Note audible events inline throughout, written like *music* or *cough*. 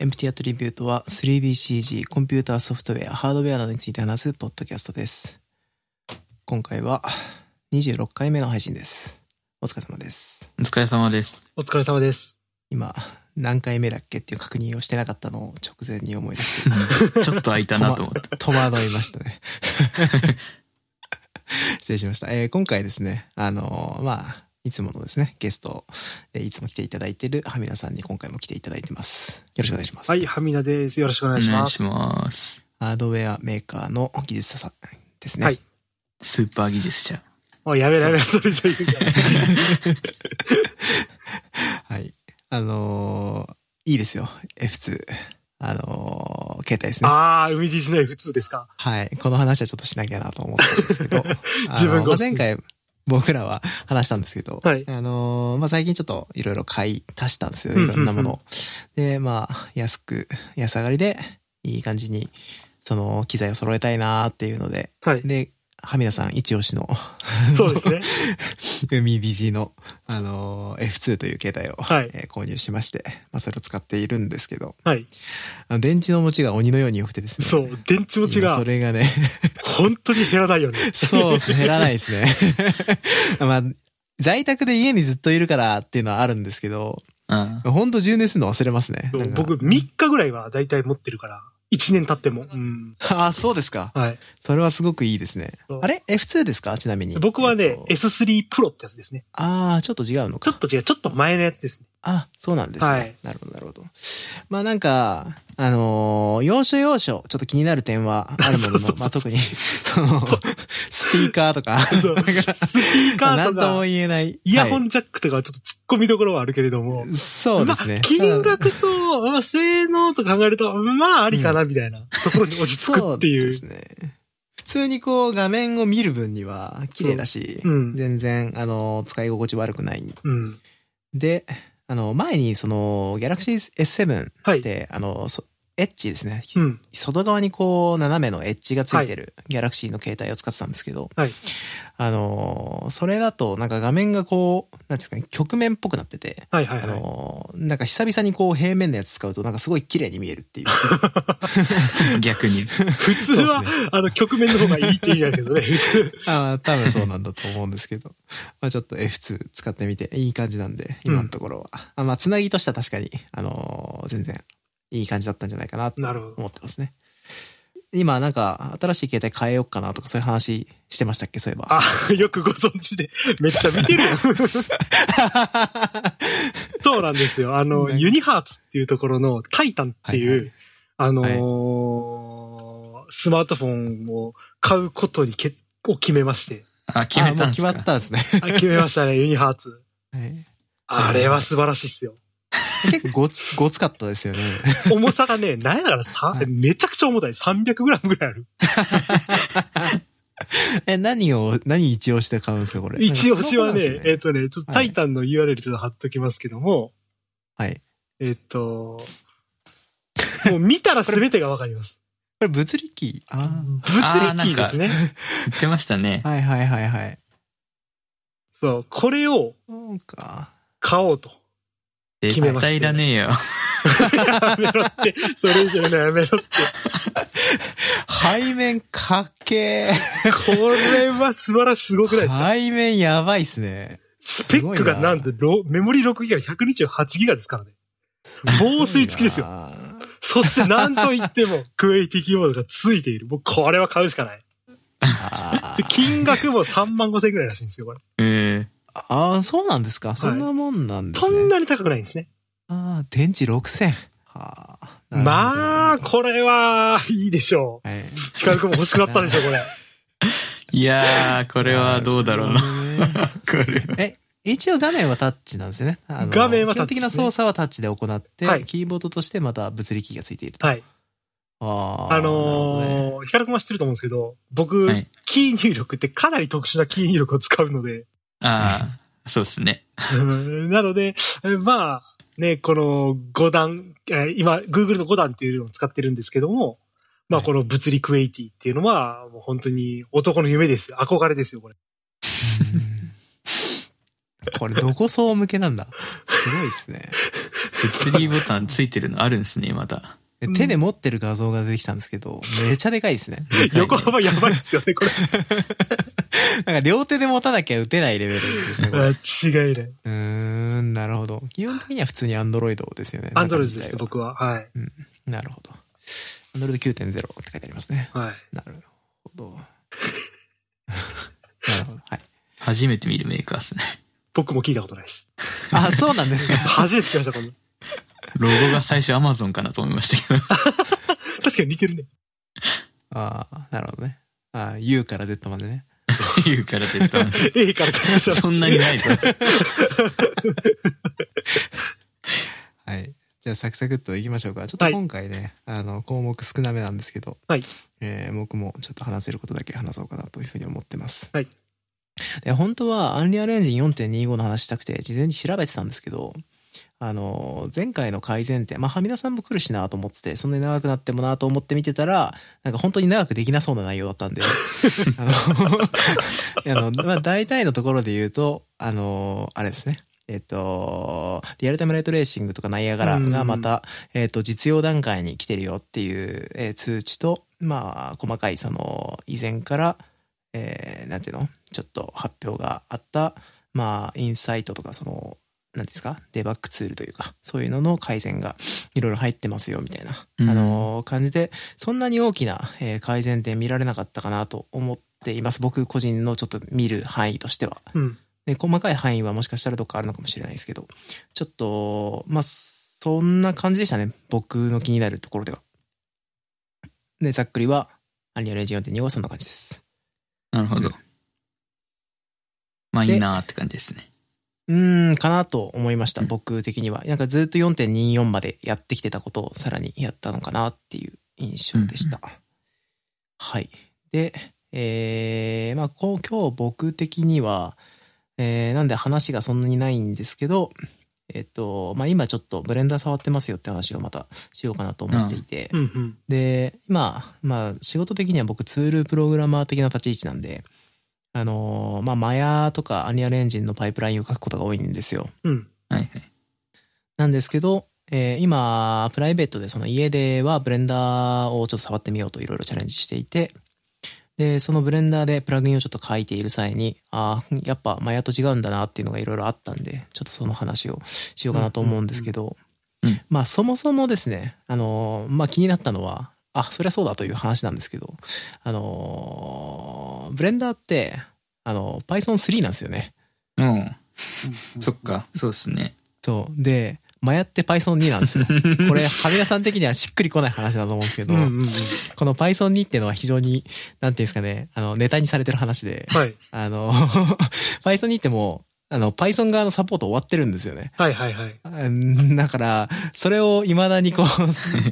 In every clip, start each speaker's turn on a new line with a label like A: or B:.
A: エンプティアトリビュートは 3DCG、コンピューターソフトウェア、ハードウェアなどについて話すポッドキャストです。今回は26回目の配信です。お疲れ様です。
B: お疲れ様です。
C: お疲れ様です。
A: 今、何回目だっけっていう確認をしてなかったのを直前に思い出して、
B: *laughs* ちょっと空いたな
A: *laughs*
B: と思って。
A: 戸惑いましたね。 *laughs* 失礼しました。えー今回ですね、あのーまあ、いつものですね、ゲスト、えーいつも来ていただいているハミナさんに今回も来ていただいてます。よろしくお願いします。
C: はい、ハミナです。よろしくお
B: お
C: 願いし
B: 願
C: ま
B: い
C: す。
B: します。
A: ハードウェアメーカーの技術者さんですね。
C: はい
B: スーパー技術者。
C: おいやめろやめろ、それじゃ言うから。
A: はい。あのーいいですよ。F2。あのー携帯ですね。 *laughs*
C: ああ、海 D しない普通ですか
A: はい。この話はちょっとしなきゃなと思ったんですけど。あ
C: *laughs* 自分
A: の
C: が
A: まあ前回僕らは話したんですけど、
C: はい
A: あのーまあ、最近ちょっといろいろ買い足したんですよ。
C: うんう
A: い
C: んうん
A: ろんなものを。で、まあ、安く、安上がりで、いい感じに、その、機材を揃えたいなーっていうので、
C: はい。
A: で、ハミダさん一押しの、
C: そうですね。
A: 海 BG の、あのー F2 という携帯を、
C: はい
A: えー購入しまして、まあ、それを使っているんですけど、
C: はい。
A: あの電池の持ちが鬼のように良くてですね。
C: そう、電池持ち
A: 今
C: が
A: それ
C: *laughs*
A: がね、
C: 本当に減らないよね。
A: そうですね、減らないですね。 *laughs* まあ、在宅で家にずっといるからっていうのはあるんですけど、
B: うん。
A: ほんと充電するの忘れますね。
C: そう
A: なんか
C: 僕、3日ぐらいは大体持ってるから、1年経っても。うん。
A: ああ、そうですか。
C: はい。
A: それはすごくいいですね
C: そう。
A: あれ ?F2 ですかちなみに。
C: 僕は
A: えっ
C: ね
A: と、
C: S3 Pro ってやつですね。
A: ああ、ちょっと違うの
C: ち
A: か
C: ょっ。と違う、ちょっと前のやつですね。
A: あ、そうなんですね。
C: はい
A: なるほど、なるほど。まあなんか、あのー要所要所、ちょっと気になる点はあるもの
C: *laughs* そうそうそ
A: の、
C: う
A: まあ特に、そ
C: *laughs*
A: の、スピーカーとか、
C: そう。スピーカ
A: な
C: ー
A: ん
C: と
A: とも
C: か、
A: 言えない。
C: イヤホ
A: は
C: ンジャックとかはちょっと突っ込みどころはあるけれども。
A: いそうですね
C: まあ、。金額と、まあ、性能と考えると、まあ、ありかな、みたいなところに落ち着くっていう。
A: そうですね。普通にこう画面を見る分には綺麗だし、
C: そううん
A: 全然あの使い心地悪くない。
C: うん。
A: で、あの前にその Galaxy S7 っ
C: はい。
A: てあのそエッジですね、
C: うん。
A: 外側にこう斜めのエッジがついてる Galaxy の携帯を使ってたんですけど、
C: はい
A: あのそれだとなんか画面がこうなんていうんですかね曲面っぽくなってて。
C: はいはい
A: あ
C: はい。
A: のなんか久々にこう平面のやつ使うとなんかすごい綺麗に見えるっていう。
B: 逆に。
C: *laughs* 普通
A: そう
C: は、
A: です
C: あの、局面の方がいいって言うんやけどね。
A: *laughs* ああ、多分そうなんだと思うんですけど。 *laughs* まあちょっと F2 使ってみていい感じなんで、今のところは。あまあつなぎとしては確かに、あのー全然いい感じだったんじゃないかなと
C: なるほど。
A: 思ってますね。今なんか新しい携帯変えようかなとかそういう話してましたっけそういえば。 *laughs*
C: あ、よくご存知で。めっちゃ見てるやん。そうなんですよ。あの、
A: ね
C: ユニハーツっていうところのタイタンっていう、
A: はいは
C: あのースマートフォンを買うことにけを決めまして。
B: あ、決め
A: あも
B: た
A: うん
B: す
A: 決
B: か
A: まったん
C: *laughs*
A: ですね。
C: あ決めまし
A: *laughs*
C: たね、ユニハーツ。
A: はい
C: あれは素晴らしいっすよ。
A: 結構ごつ、ごつかったですよね。 *laughs*
C: 重さがね、なんやからさ、
A: はい
C: めちゃくちゃ重たい。300グラム
A: *laughs*
C: ぐらいある。
A: え、何を、何一応して買うんですかこれ。
C: 一押しはね、
A: なんかスマホなん
C: え
A: で
C: っ、
A: すよ
C: とね、ちょっとタイタンの URL ちょっと貼っときますけども、
A: はい。
C: えっ、と、もう見たら全てがわかります。
A: これ物理機。あ
C: 物理機ですね。
B: 言ってましたね
A: あ。。はいはいはいはい。
C: そう、これを
A: そうか。
C: 買おうと。決めま
B: 絶対
C: した
B: いらねえよ。
C: やめろって、それ以上のやめろって。
A: 背面かけー。
C: これは素晴らしい、すごくないですか
A: 背面やばいっすね。
C: スペックがなんと、ロメモリ6ギガ128ギガですからね。防水付きですよ。
A: あー。
C: そしてなんといっても、クエイティキーボードが付いている。もうこれは買うしかない。
A: あ
C: で金額も3万5千円ぐらいらしいんですよ、これ。
B: うん。
A: あー、そうなんですか。そんなもんなんです
C: そ
A: ね。
C: んなに高くないんですね。
A: ああ、電池6000。はあ。
C: まあ、
A: あ。
C: これは、いいでしょ。
A: はいう
C: ヒカル君も欲しくなったでしょ、これ。
B: いやー、こ
A: こ
B: れはどうだろう
A: な。
B: な。これは。
A: 一応画面はタッチなんですよね。あの
C: 画面はタッチ
A: 基本的な操作はタッチで行って、
C: はい
A: キーボードとしてまた物理キーがついていると。
C: はい。
A: ああ。
C: あ
A: なるほど
C: *laughs*
A: ね
C: のー、ヒカル君は知ってると思うんですけど、僕、
B: はい
C: キー入力ってかなり特殊なキー入力を使うので、 *laughs*
B: ああ、そうですね。
C: うんなので、えまあ、ね、この5段、えー今、Google の5段っていうのを使ってるんですけども、まあ、この物理クエイティっていうのは、もう本当に男の夢です。憧れですよ、これ。
A: これどこ層向けなんだ。すごいですね。
B: 3ボタンついてるのあるんですね、まだ。
A: で手で持ってる画像が出てきたんですけど、めちゃでかいです
C: *laughs*
A: ね。
B: でかいね
C: 横幅やばいっすよね、これ。
A: なんか両手で持たなきゃ打てないレベルです *laughs* ね。これ
C: あ違いない。
A: うーん、なるほど。基本的には普通に Android ですよね。
C: アンドロイドで
A: 中身自
C: す、
A: 体は
C: 僕は。はい。
A: なるほど。Android 9.0って書いてありますね。
C: はい。
A: なるほど。 *laughs* なるほど。はい。
B: 初めて見るメーカーですね。
C: 僕も聞いたことないです。
A: あ、そうなんですか。
C: 初めて聞きました、この。
B: ロゴが最初 Amazon かなと思いましたけど。
C: 確かに似てるね。
A: ああ、なるほどね。ああ、U から Z までね。
B: 言うから絶対。
C: *laughs* A から出ました。
B: そんなにないぞ。
A: はい。じゃあサクサクっといきましょうか。ちょっと
C: はい
A: 今回ね、あの、項目少なめなんですけど、
C: はい
A: えー僕もちょっと話せることだけ話そうかなというふうに思ってます。
C: はい
A: で、本当は、アンリアルエンジン4.25の話したくて、事前に調べてたんですけど、あの、前回の改善点、まあ、はみなさんも来るしなと思ってて、そんなに長くなってもなと思って見てたら、なんか本当に長くできなそうな内容だったんで、あのいや、あの、まあ、大体のところで言うと、あの、あれですね。えっと、リアルタイムレートレーシングとかナイアガラがまた、えっと、実用段階に来てるよっていう、えー通知と、まあ、細かい、その、以前から、えーなんていうのちょっと発表があった、まあ、インサイトとか、その、なんていうんですかデバッグツールというか、そういうのの改善がいろいろ入ってますよ、みたいな、
B: うん
A: あの、感じで、そんなに大きな、えー改善点見られなかったかなと思っています。僕個人のちょっと見る範囲としては。
C: うん。
A: で細かい範囲はもしかしたらどっかあるのかもしれないですけどちょっとまあそんな感じでしたね僕の気になるところではでざっくりはアンリアルエンジン4.2はそんな感じです
B: なるほど。まあ
A: で
B: いいなーって感じですね。
A: うーんかなと思いました
B: うん
A: 僕的にはなんかずっと4.24までやってきてたことをさらにやったのかなっていう印象でした、はいでえー、まあこう今日僕的にはえーなんで話がそんなにないんですけど、えっと、まあ、今ちょっとブレンダー触ってますよって話をまたしようかなと思っていて、
C: うんうん。
A: で、今、まあ、仕事的には僕ツールプログラマー的な立ち位置なんで、あのーまあ、マヤとかアニアルエンジンのパイプラインを書くことが多いんですよ。
C: うん。
B: はいはい。
A: なんですけど、えー今、プライベートでその家ではブレンダーをちょっと触ってみようといろいろチャレンジしていて、で、そのブレンダーでプラグインをちょっと書いている際に、ああ、やっぱマヤと違うんだなっていうのがいろいろあったんで、ちょっとその話をしようかなと思うんですけど
B: うんうんうん、
A: まあそもそもですね、あのーまあ気になったのは、あ、そりゃそうだという話なんですけど、あのーブレンダーって、あの、Python3 なんですよね。
B: うん。そっか。そうですね。
A: そう。で、マヤって Python2 なん
C: *laughs*
A: ですよ。これ、はみやさん的にはしっくりこない話だと思うんですけ
C: う
A: ど、
C: んうんうん。
A: この Python2 っていうのは非常に、なんていうんですかね、あの、ネタにされてる話で、
C: はい。
A: あの、Python2 ってもう、あの、Python 側のサポート終わってるんですよね。
C: はいはいはい。
A: うんだから、それを未だにこ
C: *laughs*
A: う、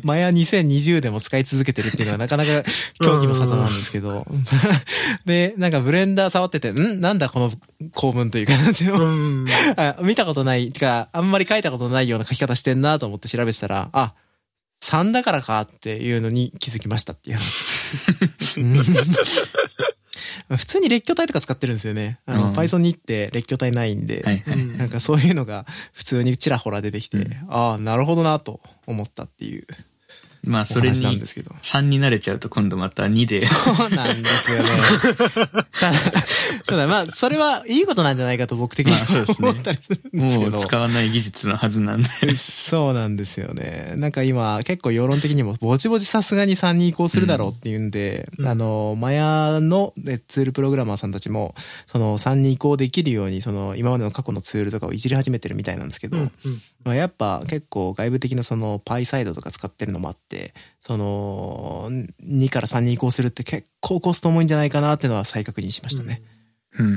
A: マヤ2020でも使い続けてるっていうのはなかなか狂気の沙汰なんですけど。 *laughs* で、なんかブレンダー触ってて、んなんだこの構文というか、なんていうの
C: うん。
A: あ見たことない、てか、あんまり書いたことないような書き方してんなと思って調べてたら、あ、3だからかっていうのに気づきましたっていう話。うん普通に列挙体とか使ってるんですよね。あの、
B: うん
A: Python2 って列挙体ないんで、
B: はいはい。
A: なんかそういうのが普通にちらほら出てきて、
B: うん
A: ああ、なるほどなと思ったっていう
B: まあ
A: お
B: それ
A: 話なん
B: に
A: ですけど。
B: 3に慣れちゃうと今度また2で。
A: そうなんです
B: *laughs*
A: よね。ただ、ただまあ、それはいいことなんじゃないかと僕的に
B: まあそうですね
A: 思ったりするんですけ
B: も
A: ど。
B: う *laughs* 使わない技術のはずなんで。
A: そうなんですよね。なんか今、結構世論的にも、ぼちぼちさすがに3に移行するだろうっていうんで、
C: うん
A: あの、マヤのねツールプログラマーさんたちも、その3に移行できるように、その今までの過去のツールとかをいじり始めてるみたいなんですけど、
C: うんうん。
A: まあ、やっぱ結構外部的なその Pi サイドとか使ってるのもあって、その2から3に移行するって結構コスト重いんじゃないかなっていうのは再確認しましたね。
B: うん。
A: う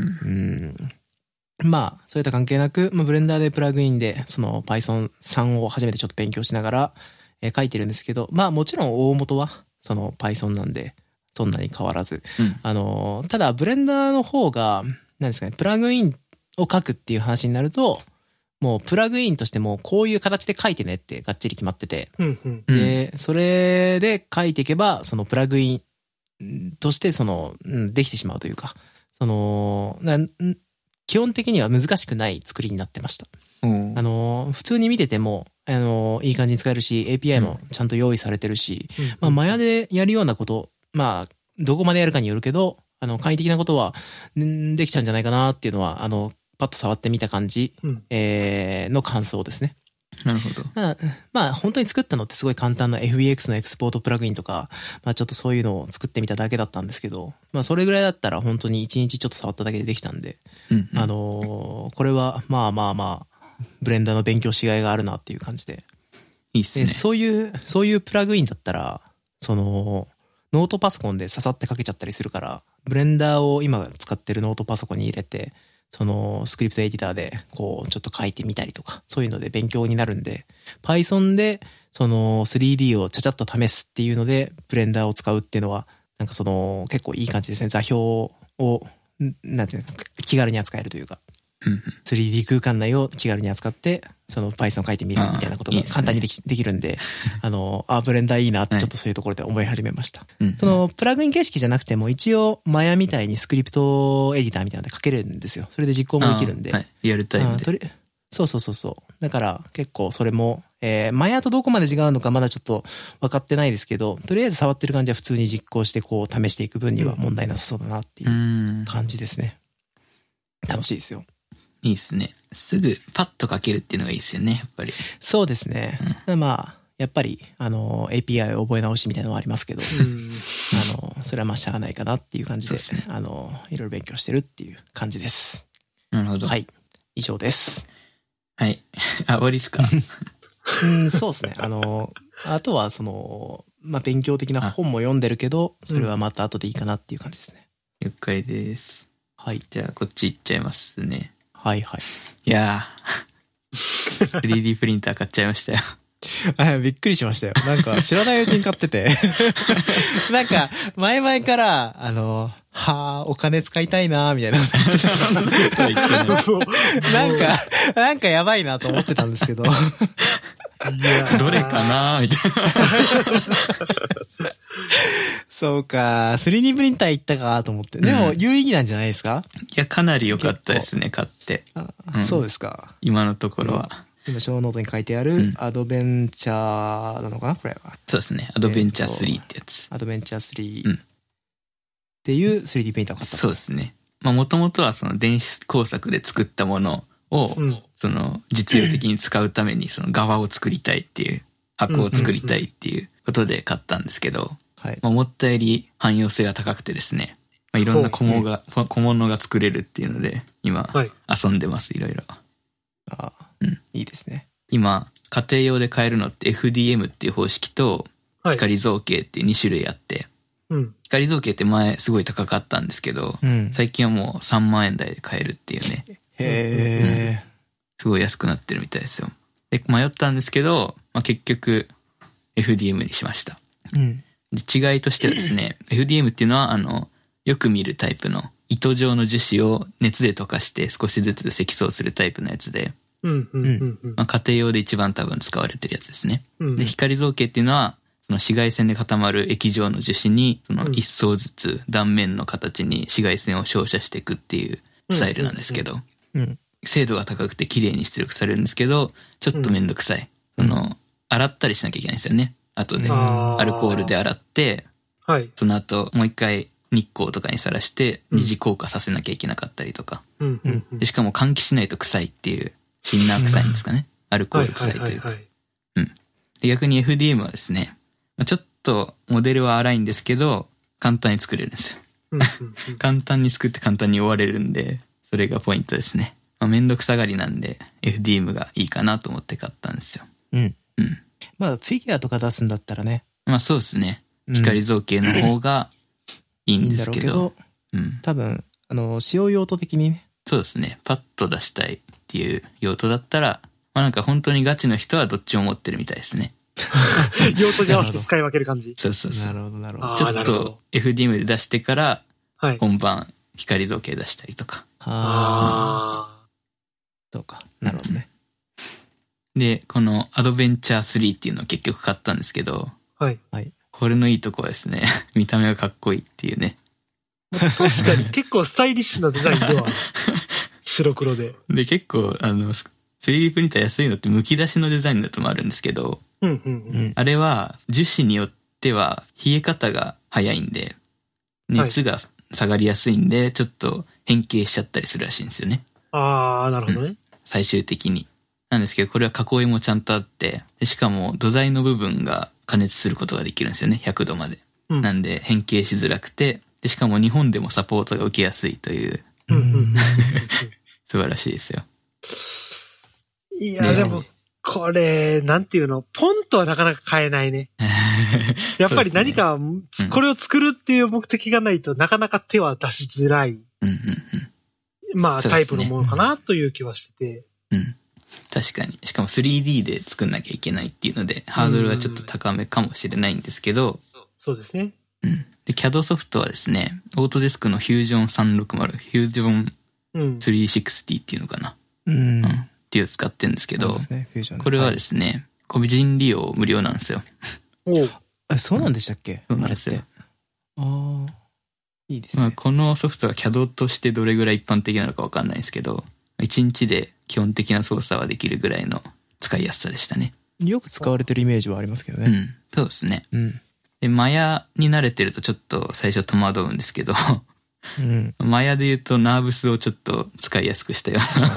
A: ん。まあ、それと関係なく、まあ、ブレンダーでプラグインで、その Python3 を初めてちょっと勉強しながら、えー書いてるんですけど、まあもちろん大元は、その Python なんで、そんなに変わらず。
B: うん
A: あのー、ただ、ブレンダーの方が、なんですかね、プラグインを書くっていう話になると、もうプラグインとしてもこういう形で書いてねってがっちり決まってて、
C: うんうん。
B: うん。
A: で、それで書いていけば、そのプラグインとして、その、うんできてしまうというか、その、なん基本的には難しくない作りになってました。
B: おう
A: あの、普通に見てても、あの、いい感じに使えるし、API もちゃんと用意されてるし、まあ、マヤでやるようなこと、まあ、どこまでやるかによるけど、あの、簡易的なことは、んできちゃうんじゃないかなっていうのは、あの、パッと触ってみた感じ、
C: うん
A: えーの感想ですね。
B: なるほど。
A: ただまあ、本当に作ったのってすごい簡単な FBX のエクスポートプラグインとか、まあ、ちょっとそういうのを作ってみただけだったんですけど、まあ、それぐらいだったら本当に1日ちょっと触っただけでできたんで、
B: うん、
A: あのーこれは、まあまあまあ、ブレンダーの勉強しがいがあるなっていう感じで。
B: いいっす
A: で
B: ね。
A: そういう、そういうプラグインだったら、その、ノートパソコンで刺さってかけちゃったりするから、ブレンダーを今使ってるノートパソコンに入れて、そのスクリプトエディターでこうちょっと書いてみたりとか、そういうので勉強になるんで、Python でその 3D をちゃちゃっと試すっていうので、ブレンダーを使うっていうのは、なんかその結構いい感じですね。座標を、んなんていうのか、気軽に扱えるというか、
B: うん
A: 3D 空間内を気軽に扱って、その Python を書いてみるみたいなこと
B: あー
A: が
B: いいですね
A: 簡単にできできるん
B: *laughs*
A: で、あの、あ、ブレンダーいいなってちょっとそういうところで思い始めました。
B: うん
A: そ、の、プラグイン形式じゃなくても、一応、マヤみたいにスクリプトエディターみたいなので書けるんですよ。それで実行もできるんで。
B: あーはい。リアルタイ
A: あ
B: ム
A: ーと
B: で。。
A: りそうそうそうそう。だから結構それも、えー、マヤとどこまで違うのかまだちょっと分かってないですけど、とりあえず触ってる感じは普通に実行してこう試していく分には問題なさそうだなっていううん感じですね。楽しいですよ。
B: いいっすね。すぐパッとかけるっていうのがいいっすよね、やっぱり。
A: そうですね。まあ、やっぱり、あの、API を覚え直しみたいなのはありますけど、
C: うん
A: あの、それはまあしゃあないかなっていう感じで、
B: そうです
A: あの、いろいろ勉強してるっていう感じです。
B: なるほど。。
A: はいい。以上です。
B: はい。 *laughs* あ、終わりっ
A: *laughs*
B: すか
A: うん、そうですね。あの、あとはその、まあ、勉強的な本も読んでるけど、それはまた後でいいかなっていう感じですね。
B: 了解です。
A: はい。
B: じゃあ、こっち行っちゃいますね。
A: はい *laughs* はい
B: やー。3D プリンター買っちゃいましたよ。
A: *laughs* い。びっくりしましたよ。なんか、知らないうちに買って *laughs* て。なんか、前々から、あの、はあ、お金使いたいなみたいな。 *laughs* なんか、なんかやばいなと思ってたんです
B: *laughs*
A: けど。
B: どれかなーみたいな。
A: そうか、3D プリンター行ったかと思って。でも、有意義なんじゃないですか、
B: いや、かなり良かったですね、買って。
A: あ
B: うん
A: そうですか。
B: 今のところは。
A: 今、小ノートに書いてある、
B: うん
A: アドベンチャーなのかなこれは。
B: そうですね。アドベンチャー
A: えーと
B: 3ってやつ。
A: アドベンチャー3、
B: うん
A: っていう 3D プリンターを買った。
B: そうですね。まあ、もともとはその電子工作で作ったものを、
C: うん
B: その実用的に使うためにその側を作りたいっていう、箱を作りたいっていうことで買ったんですけど、
A: はい。
B: まあ、思ったより汎用性が高くてですね、まあ、いろんな小物が、小物が作れるっていうので、今
C: はい
B: 遊んでます、いろいろ。
A: あ
B: うん
A: いいですね。
B: 今、家庭用で買えるのって FDM っていう方式と、
C: はい。
B: 光造形っていう2種類あって、
C: うん。
B: 光造形って前すごい高かったんですけど、
A: うん。
B: 最近はもう3万円台で買えるっていうね、
A: へえ、
B: すごい安くなってるみたいですよ。で、迷ったんですけど、まあ、結局、FDM にしました。
A: うん。
B: で違いとしてはです
C: *coughs*
B: ね、FDM っていうのは、あの、よく見るタイプの、糸状の樹脂を熱で溶かして少しずつ積層するタイプのやつで、
C: うん。うん。うん。
B: まあ、家庭用で一番多分使われてるやつですね。
C: うん
B: で、光造形っていうのは、その紫外線で固まる液状の樹脂に、その
C: うん
B: 一層ずつ断面の形に紫外線を照射していくっていうスタイルなんですけど、
A: うん。
B: 精度が高くて綺麗に出力されるんですけど、ちょっとめんどくさい。
A: うん
B: その、洗ったりしなきゃいけないんですよね。後で。
A: あ
B: ア
A: ー
B: ルコールで。洗って、
C: はい。
B: その後、もう一回日光とかにさらして、
C: うん
B: 二次硬化させなきゃいけなかったりとか。
C: うん。うん。
B: でしかも換気しないと臭いっていう、シンナー臭いんですかね。アルコ
C: は
B: ー
C: い。
B: ル臭いというか。
C: はい。
B: で逆に FDM はですね、まあちょっとモデルは荒いんですけど、簡単に作れるんですよ。簡単に作って簡単に終われるんで、それがポイントですね。まあ、めんどくさがりなんで、FDM がいいかなと思って買ったんですよ。
A: うん。
B: うん。
A: まあ、フィギュアとか出すんだったらね。
B: まあそうですね。
A: うん
B: 光造形の方がいい
A: い
B: ん
A: いん
B: で
A: だ
B: す
A: ろう
B: け
A: け
B: ど、
A: ど、
B: うん。
A: 多分、あの、使用用途的にね。
B: そうですね。パッと出したいっていう用途だったら、まあなんか本当にガチの人はどっちも持ってるみたいですね。
C: 用途に合わせて使い分ける感じ。
B: そうそうそう。
A: るほど、なる
C: あー
B: ちょ
C: な
B: っ
C: るほど
B: と FDM で出してから、
C: はい。
B: 本番光造形出したりとか。
A: はあ、
C: あ
A: そうか。なるほどね。
B: で、このアドベンチャー3っていうのを結局買ったんですけど、
C: あ。はい。
B: これのいいとこはですね、 *laughs* 見た目がかっこいいっていうね。
C: 確
B: *laughs*
C: かに結構スタイリッシュなデザインでは、白黒で。
B: で、結構、あの、す 3D プリンター安いのって剥き出しのデザインだともあるんですけど、
C: うんうんうん。
B: あれは樹脂によっては冷え方が早いんで、
C: はい
B: 熱が下がりやすいんで、ちょっと変形しちゃったりするらしいんですよね。
C: ああ、なるほどね。
B: 最終的に。なんですけど、これは囲いもちゃんとあって、でしかも土台の部分が加熱することができるんですよね、100度まで。
C: うん
B: なんで変形しづらくて、でしかも日本でもサポートが受けやすいという、
C: うんうんうん
B: 素晴らしいですよ。 *laughs*
C: うん。 *laughs* い
B: ね
C: や、でも、これ、なんていうの、ポンとはなかなか買えないね。やっぱり何か、
B: すね
C: これを作るっていう目的がないとなかなか手は出しづらい、
B: うんうん
C: まあ、
B: そう
C: タ
B: で
C: イ
B: す
C: プ
B: ね
C: のものかなという気はしてて。
B: うん。うん。確かに。しかも 3D で作んなきゃいけないっていうので、ハードルはちょっと高めかもしれないんですけど、
C: そうですね。
B: うん。で、CAD ソフトはですね、オートデスクのフュージョン360、フュージョン
C: うん。
B: 360っていうのかな、
A: うん
B: うん。っていうのを使ってるんですけ
A: そう
B: ど
A: で、すね、フュージョン
B: これはですすね、個人利用無料なんですよ。
C: おう
A: そうなんでしたっけ
B: そうなんですよ
A: あれってああ、いいです
B: まあ、
A: ね。
B: このソフトが CAD としてどれぐらい一般的なのかわかんないですけど、1日で基本的な操作はできるぐらいの使いやすさでしたね。
A: よく使われてるイメージはありますけど
B: う
A: ね。
B: ん。そうですね。
A: うん。
B: で、マヤに慣れてるとちょっと最初戸惑うんですけど、 *laughs*
A: うん。
B: マヤで言うとナーブスをちょっと使いやすくしたような、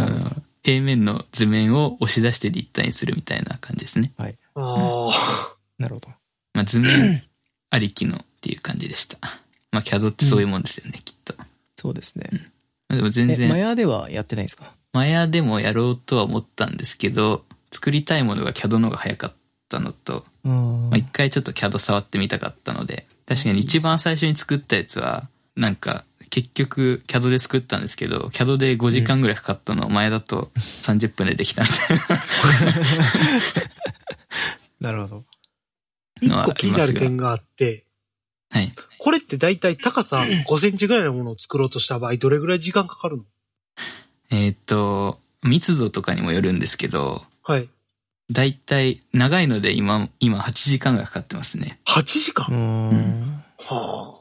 B: *laughs*
A: あ
B: あの、平面の図面を押し出して立体にするみたいな感じですね。
A: あはい。
C: ああ。
A: なるほど。
B: まあ、図面ありきのっていう感じでした。まあ、CAD ってそういうもんですよね、きっと。ま
A: そうですね。
B: あでも全
A: え、
B: 然
A: マ。ヤではやってないんですか
B: マヤでもやろうとは思ったんですけど、作りたいものが CAD の方が早かったのと、
A: あ
B: まあ
A: あ。
B: 一回ちょっと CAD 触ってみたかったので、確かに一番最初に作ったやつは、なんか、結局 CAD で作ったんですけど、CAD で5時間ぐらいかかったのを前だと30分でできたみたい
A: なるほど。
C: 一
B: のはありますが
C: 個 *laughs* 気になる点があって、
B: な。はい。
C: これって大体高さ5センチぐらいのものを作ろうとした場合、どれぐらい時間かかるの
B: えっ、と、密度とかにもよるんですけど、
C: はい。
B: だいたい長いので今、今8時間ぐらいかかってますね。
C: 8時間、
A: うー。
B: うん
C: は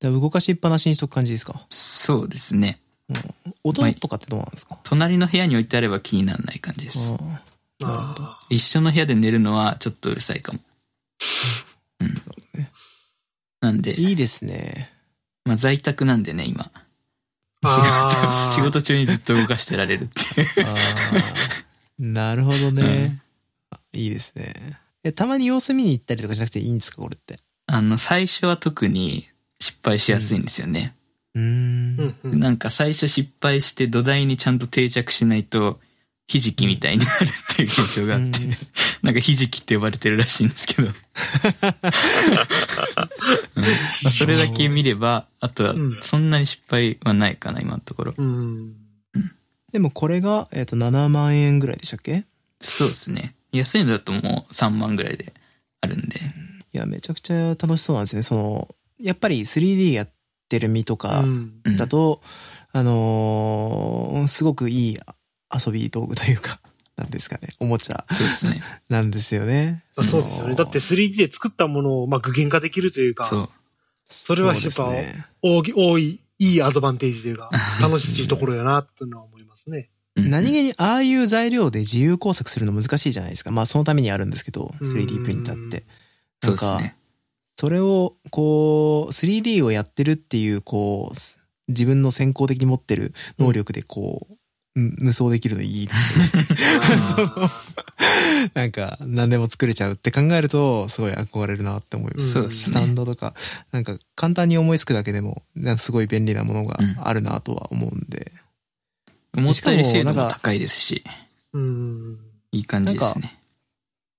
A: だから動かしっぱなしにしとく感じですか
B: そうですね。
A: 音とかってどうなんですか
B: 隣の部屋に置いてあれば気にならない感じで
A: あ
B: す。
A: あ
C: あ。
A: なるほど
C: あ
B: 一緒の部屋で寝るのはちょっとうるさいかも。うん
A: ね。
B: なんで、
A: いいですね。
B: まあ在宅なんでね、今。
C: あー
B: 仕事、仕事 *laughs* 中にずっと動かしてられるっていう。 *laughs*
A: ああ。なるほどね。あいいですね。え、たまに様子見に行ったりとかしなくていいんですかこれって。
B: あの、最初は特に失敗しやすいんですよね。
A: うーん。
C: うんうん
B: なんか最初失敗して土台にちゃんと定着しないと、ひじきみたいになるっていう現象があって、
A: うん
B: なんかひじきって呼ばれてるらしいんです
C: *laughs*
B: けど。うんまあそれだけ見れば、あとは
C: うん
B: そんなに失敗はないかな、今のところ。
C: うん。
A: でもこれが、えっ、と、7万円ぐらいでしたっけ
B: そうですね。安いのだともう3万ぐらいであるんで。
A: いや、めちゃくちゃ楽しそうなんですね。その、やっぱり 3D やってる身とか
C: うん
B: うん
A: だと、あのーすごくいい遊び道具というか、なんですかね。おもちゃ
B: そうですね。
A: なんですよね。
C: あそう
A: の
C: ですよね。だって 3D で作ったものをまあ具現化できるというか、
B: そう。
C: それはやっ
A: そ
C: ぱ
A: うですね
C: 大き多い、いいアドバンテージというか、楽しいところやなっていうのは思いますね。
B: うん
A: 何気にああいう材料で自由工作するの難しいじゃないですか。まあそのためにあるんですけど、
C: うん
A: 3D プリンターって。
B: そ
A: な
B: うんです
A: か、
B: ね。
A: それをこう、3D をやってるっていう、こう、自分の先行的に持ってる能力でこう、うん無双できるの
B: *laughs*
A: いいですよね。なんか、何でも作れちゃうって考えると、すごい憧れるなって思います。
B: そうです
A: スタン
B: ね。
A: ドとか、なんか簡単に思いつくだけでも、なんかすごい便利なものがあるなとは思うんで。
B: 思ったより精度
A: しかも
B: も
A: なんか
B: 高いですし、
C: うん。
B: いい感じですね。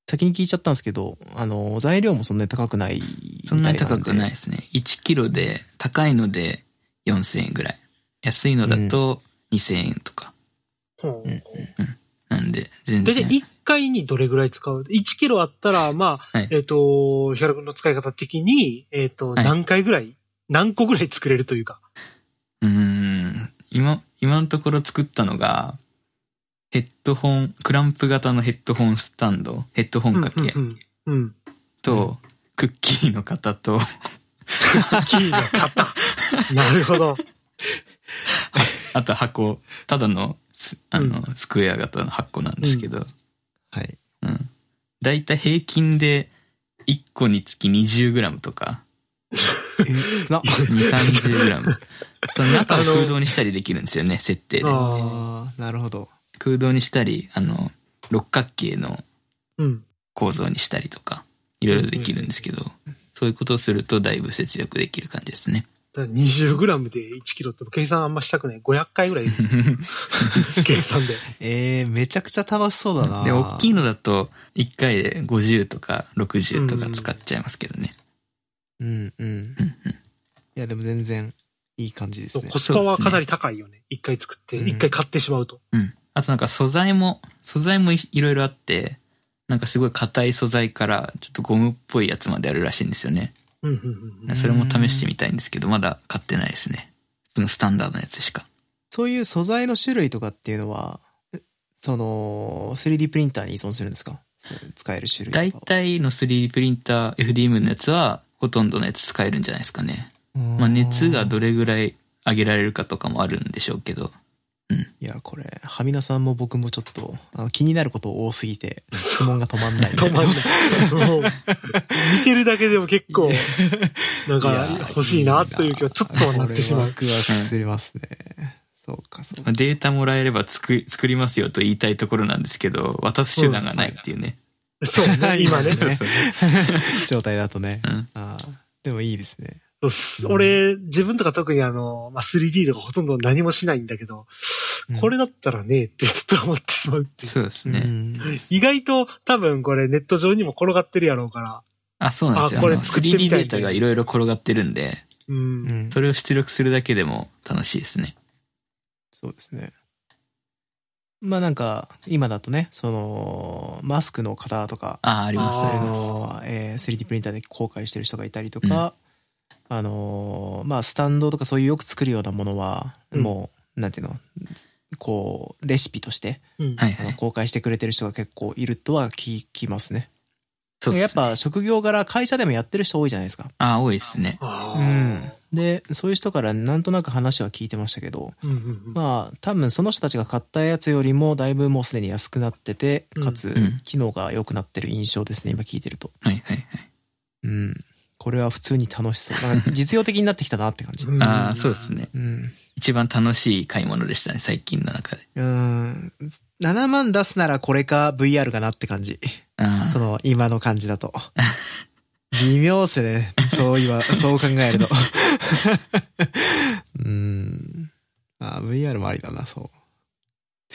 A: 先に聞いちゃったんですけど、あの、材料もそんなに高くないみた
B: そ
A: い
B: ん
A: な
B: なんに
A: で。
B: 高くないですね。1キロで、高いので4000円ぐらい。安いのだと2000円とか。
C: ほう
A: うん
B: なんで、全
C: 大体
B: 然。
C: 1回にどれぐらい使う ?1 キロあったら、まあ、
B: はい
C: えっ、と、ヒカル君の使い方的に、えっ、と、
B: はい
C: 何回ぐらい、何個ぐらい作れるというか。
B: うーん。今、今のところ作ったのが、ヘッドホン、クランプ型のヘッドホンスタンド、ヘッドホン掛け
C: うんうんうん。うん。
B: と、クッキーの型と、
C: キーの型。なるほど。
B: あと箱、ただのすあの、スクエア型の箱なんですけど、
A: はい。
B: うん。だいたい平均で1個につき 20g とか、
A: えー、少な。
B: 2、30g。その中を空洞にしたりできるんですよね、設定で。
A: ああ、なるほど。
B: 空洞にしたり、あの、六角形の
C: うん。
B: 構造にしたりとか、いろいろできるんですけど、そういうことをするとだいぶ節約できる感じですね。
C: だから20グラムで1キロって計算あんましたくない。500
A: *laughs*
C: 回ぐらい
B: *laughs*
C: 計算で。
A: ええー、めちゃくちゃ楽しそうだな。
B: で、大きい
A: い。
B: のだと、1回で50とか60とか使っちゃいますけどね。
A: うんうん。
B: うんうん
A: いや、でも全然いい感じですね。
C: コスパはかなり高いよね。一、回作って、
A: うん
C: 一回買ってしまうと。
B: うん。あとなんか素材も、素材もいいろいろあって、なんかすごい硬い素材から、ちょっとゴムっぽいやつまであるらしいんですよね。
C: うんうんうんうん
B: それも試してみたいんですけど、まだ買ってないですね。そのスタンダードのやつしか。
A: そういう素材の種類とかっていうのは、えその、3D プリンターに依存するんですかそう使える種類と
B: 大
A: かは。
B: 体の 3D プリンター FDM のやつは、ほとんどのやつ使えるんじゃないですかね。ま
A: ま
B: あ熱がどれぐらい上げられるかとかもあるんでしょうけど。
A: いや、これ、はみなさんも僕もちょっと、あの気になること多すぎて、質問が *laughs* 止まんないんですけ
C: *laughs* 止
A: ど。
C: まんない。もう、見てるだけでも
A: *laughs*
C: 結構、なん
A: い
C: か
A: や
C: 欲しいなという気はちょっとはなってしま
A: *laughs* これワ
C: う。
A: クワクすりますね。そうか、そう
B: まあ
A: か。
B: データもらえれば作り作りますよと言いたいところなんですけど、渡す手段がないっていうね。
C: そうね、今ね。
B: そう
A: 状態だとね。
B: うん
A: あーでもいいですね。
C: そう俺、自分とか特にあの、まあ、3D とかほとんど何もしないんだけど、
A: うん
C: これだったらね、ってちょっと思ってしまうっていう
B: そうです
A: う
B: ね。
A: ん
C: 意外と多分これネット上にも転がってるやろうから。
B: あ、そうなんですよ。
C: あこれ
B: あの
C: 作ってみ
B: 3D
C: たい
B: データがいろいろ転がってるんで、
C: う。
A: うんん
B: それを出力するだけでも楽しいですね。
A: そうですね。まあなんか、今だとね、その、マスクの方とか、
B: ああ、あります
A: そ
B: あ
A: れ
B: ります。
A: の、えー 3D プリンターで公開してる人がいたりとか、あのーまあスタンドとかそういうよく作るようなものは、
C: うん
A: もう、なんていうの、こう、レシピとして、
C: うん
B: はい
A: あ
B: は
A: の
B: い。
A: 公開してくれてる人が結構いるとは聞きますね。
B: そうで
A: やっ
B: すね。
A: ぱ職業柄会社でもやってる人多いじゃないですか。
B: ああ、多いですね。
C: あー
A: うん。で、そういう人からなんとなく話は聞いてましたけど、
C: うんうんうん
A: まあ多分その人たちが買ったやつよりもだいぶもうすでに安くなってて、かつ
B: うん
A: 機能が良くなってる印象ですね、今聞いてると。
B: はいはいはい。
A: うん。これは普通に楽しそう。なんか実用的になってきたなって感じ。
C: うん
B: ああ、そうですね。
A: うん。
B: 一番楽しい買い物でしたね、最近の中で。
A: うん。7万出すならこれか VR かなって感じ。
B: あ
A: その、今の感じだと。微妙っすね。そう今、そう考えると。うん。あ、VR もありだな、そう。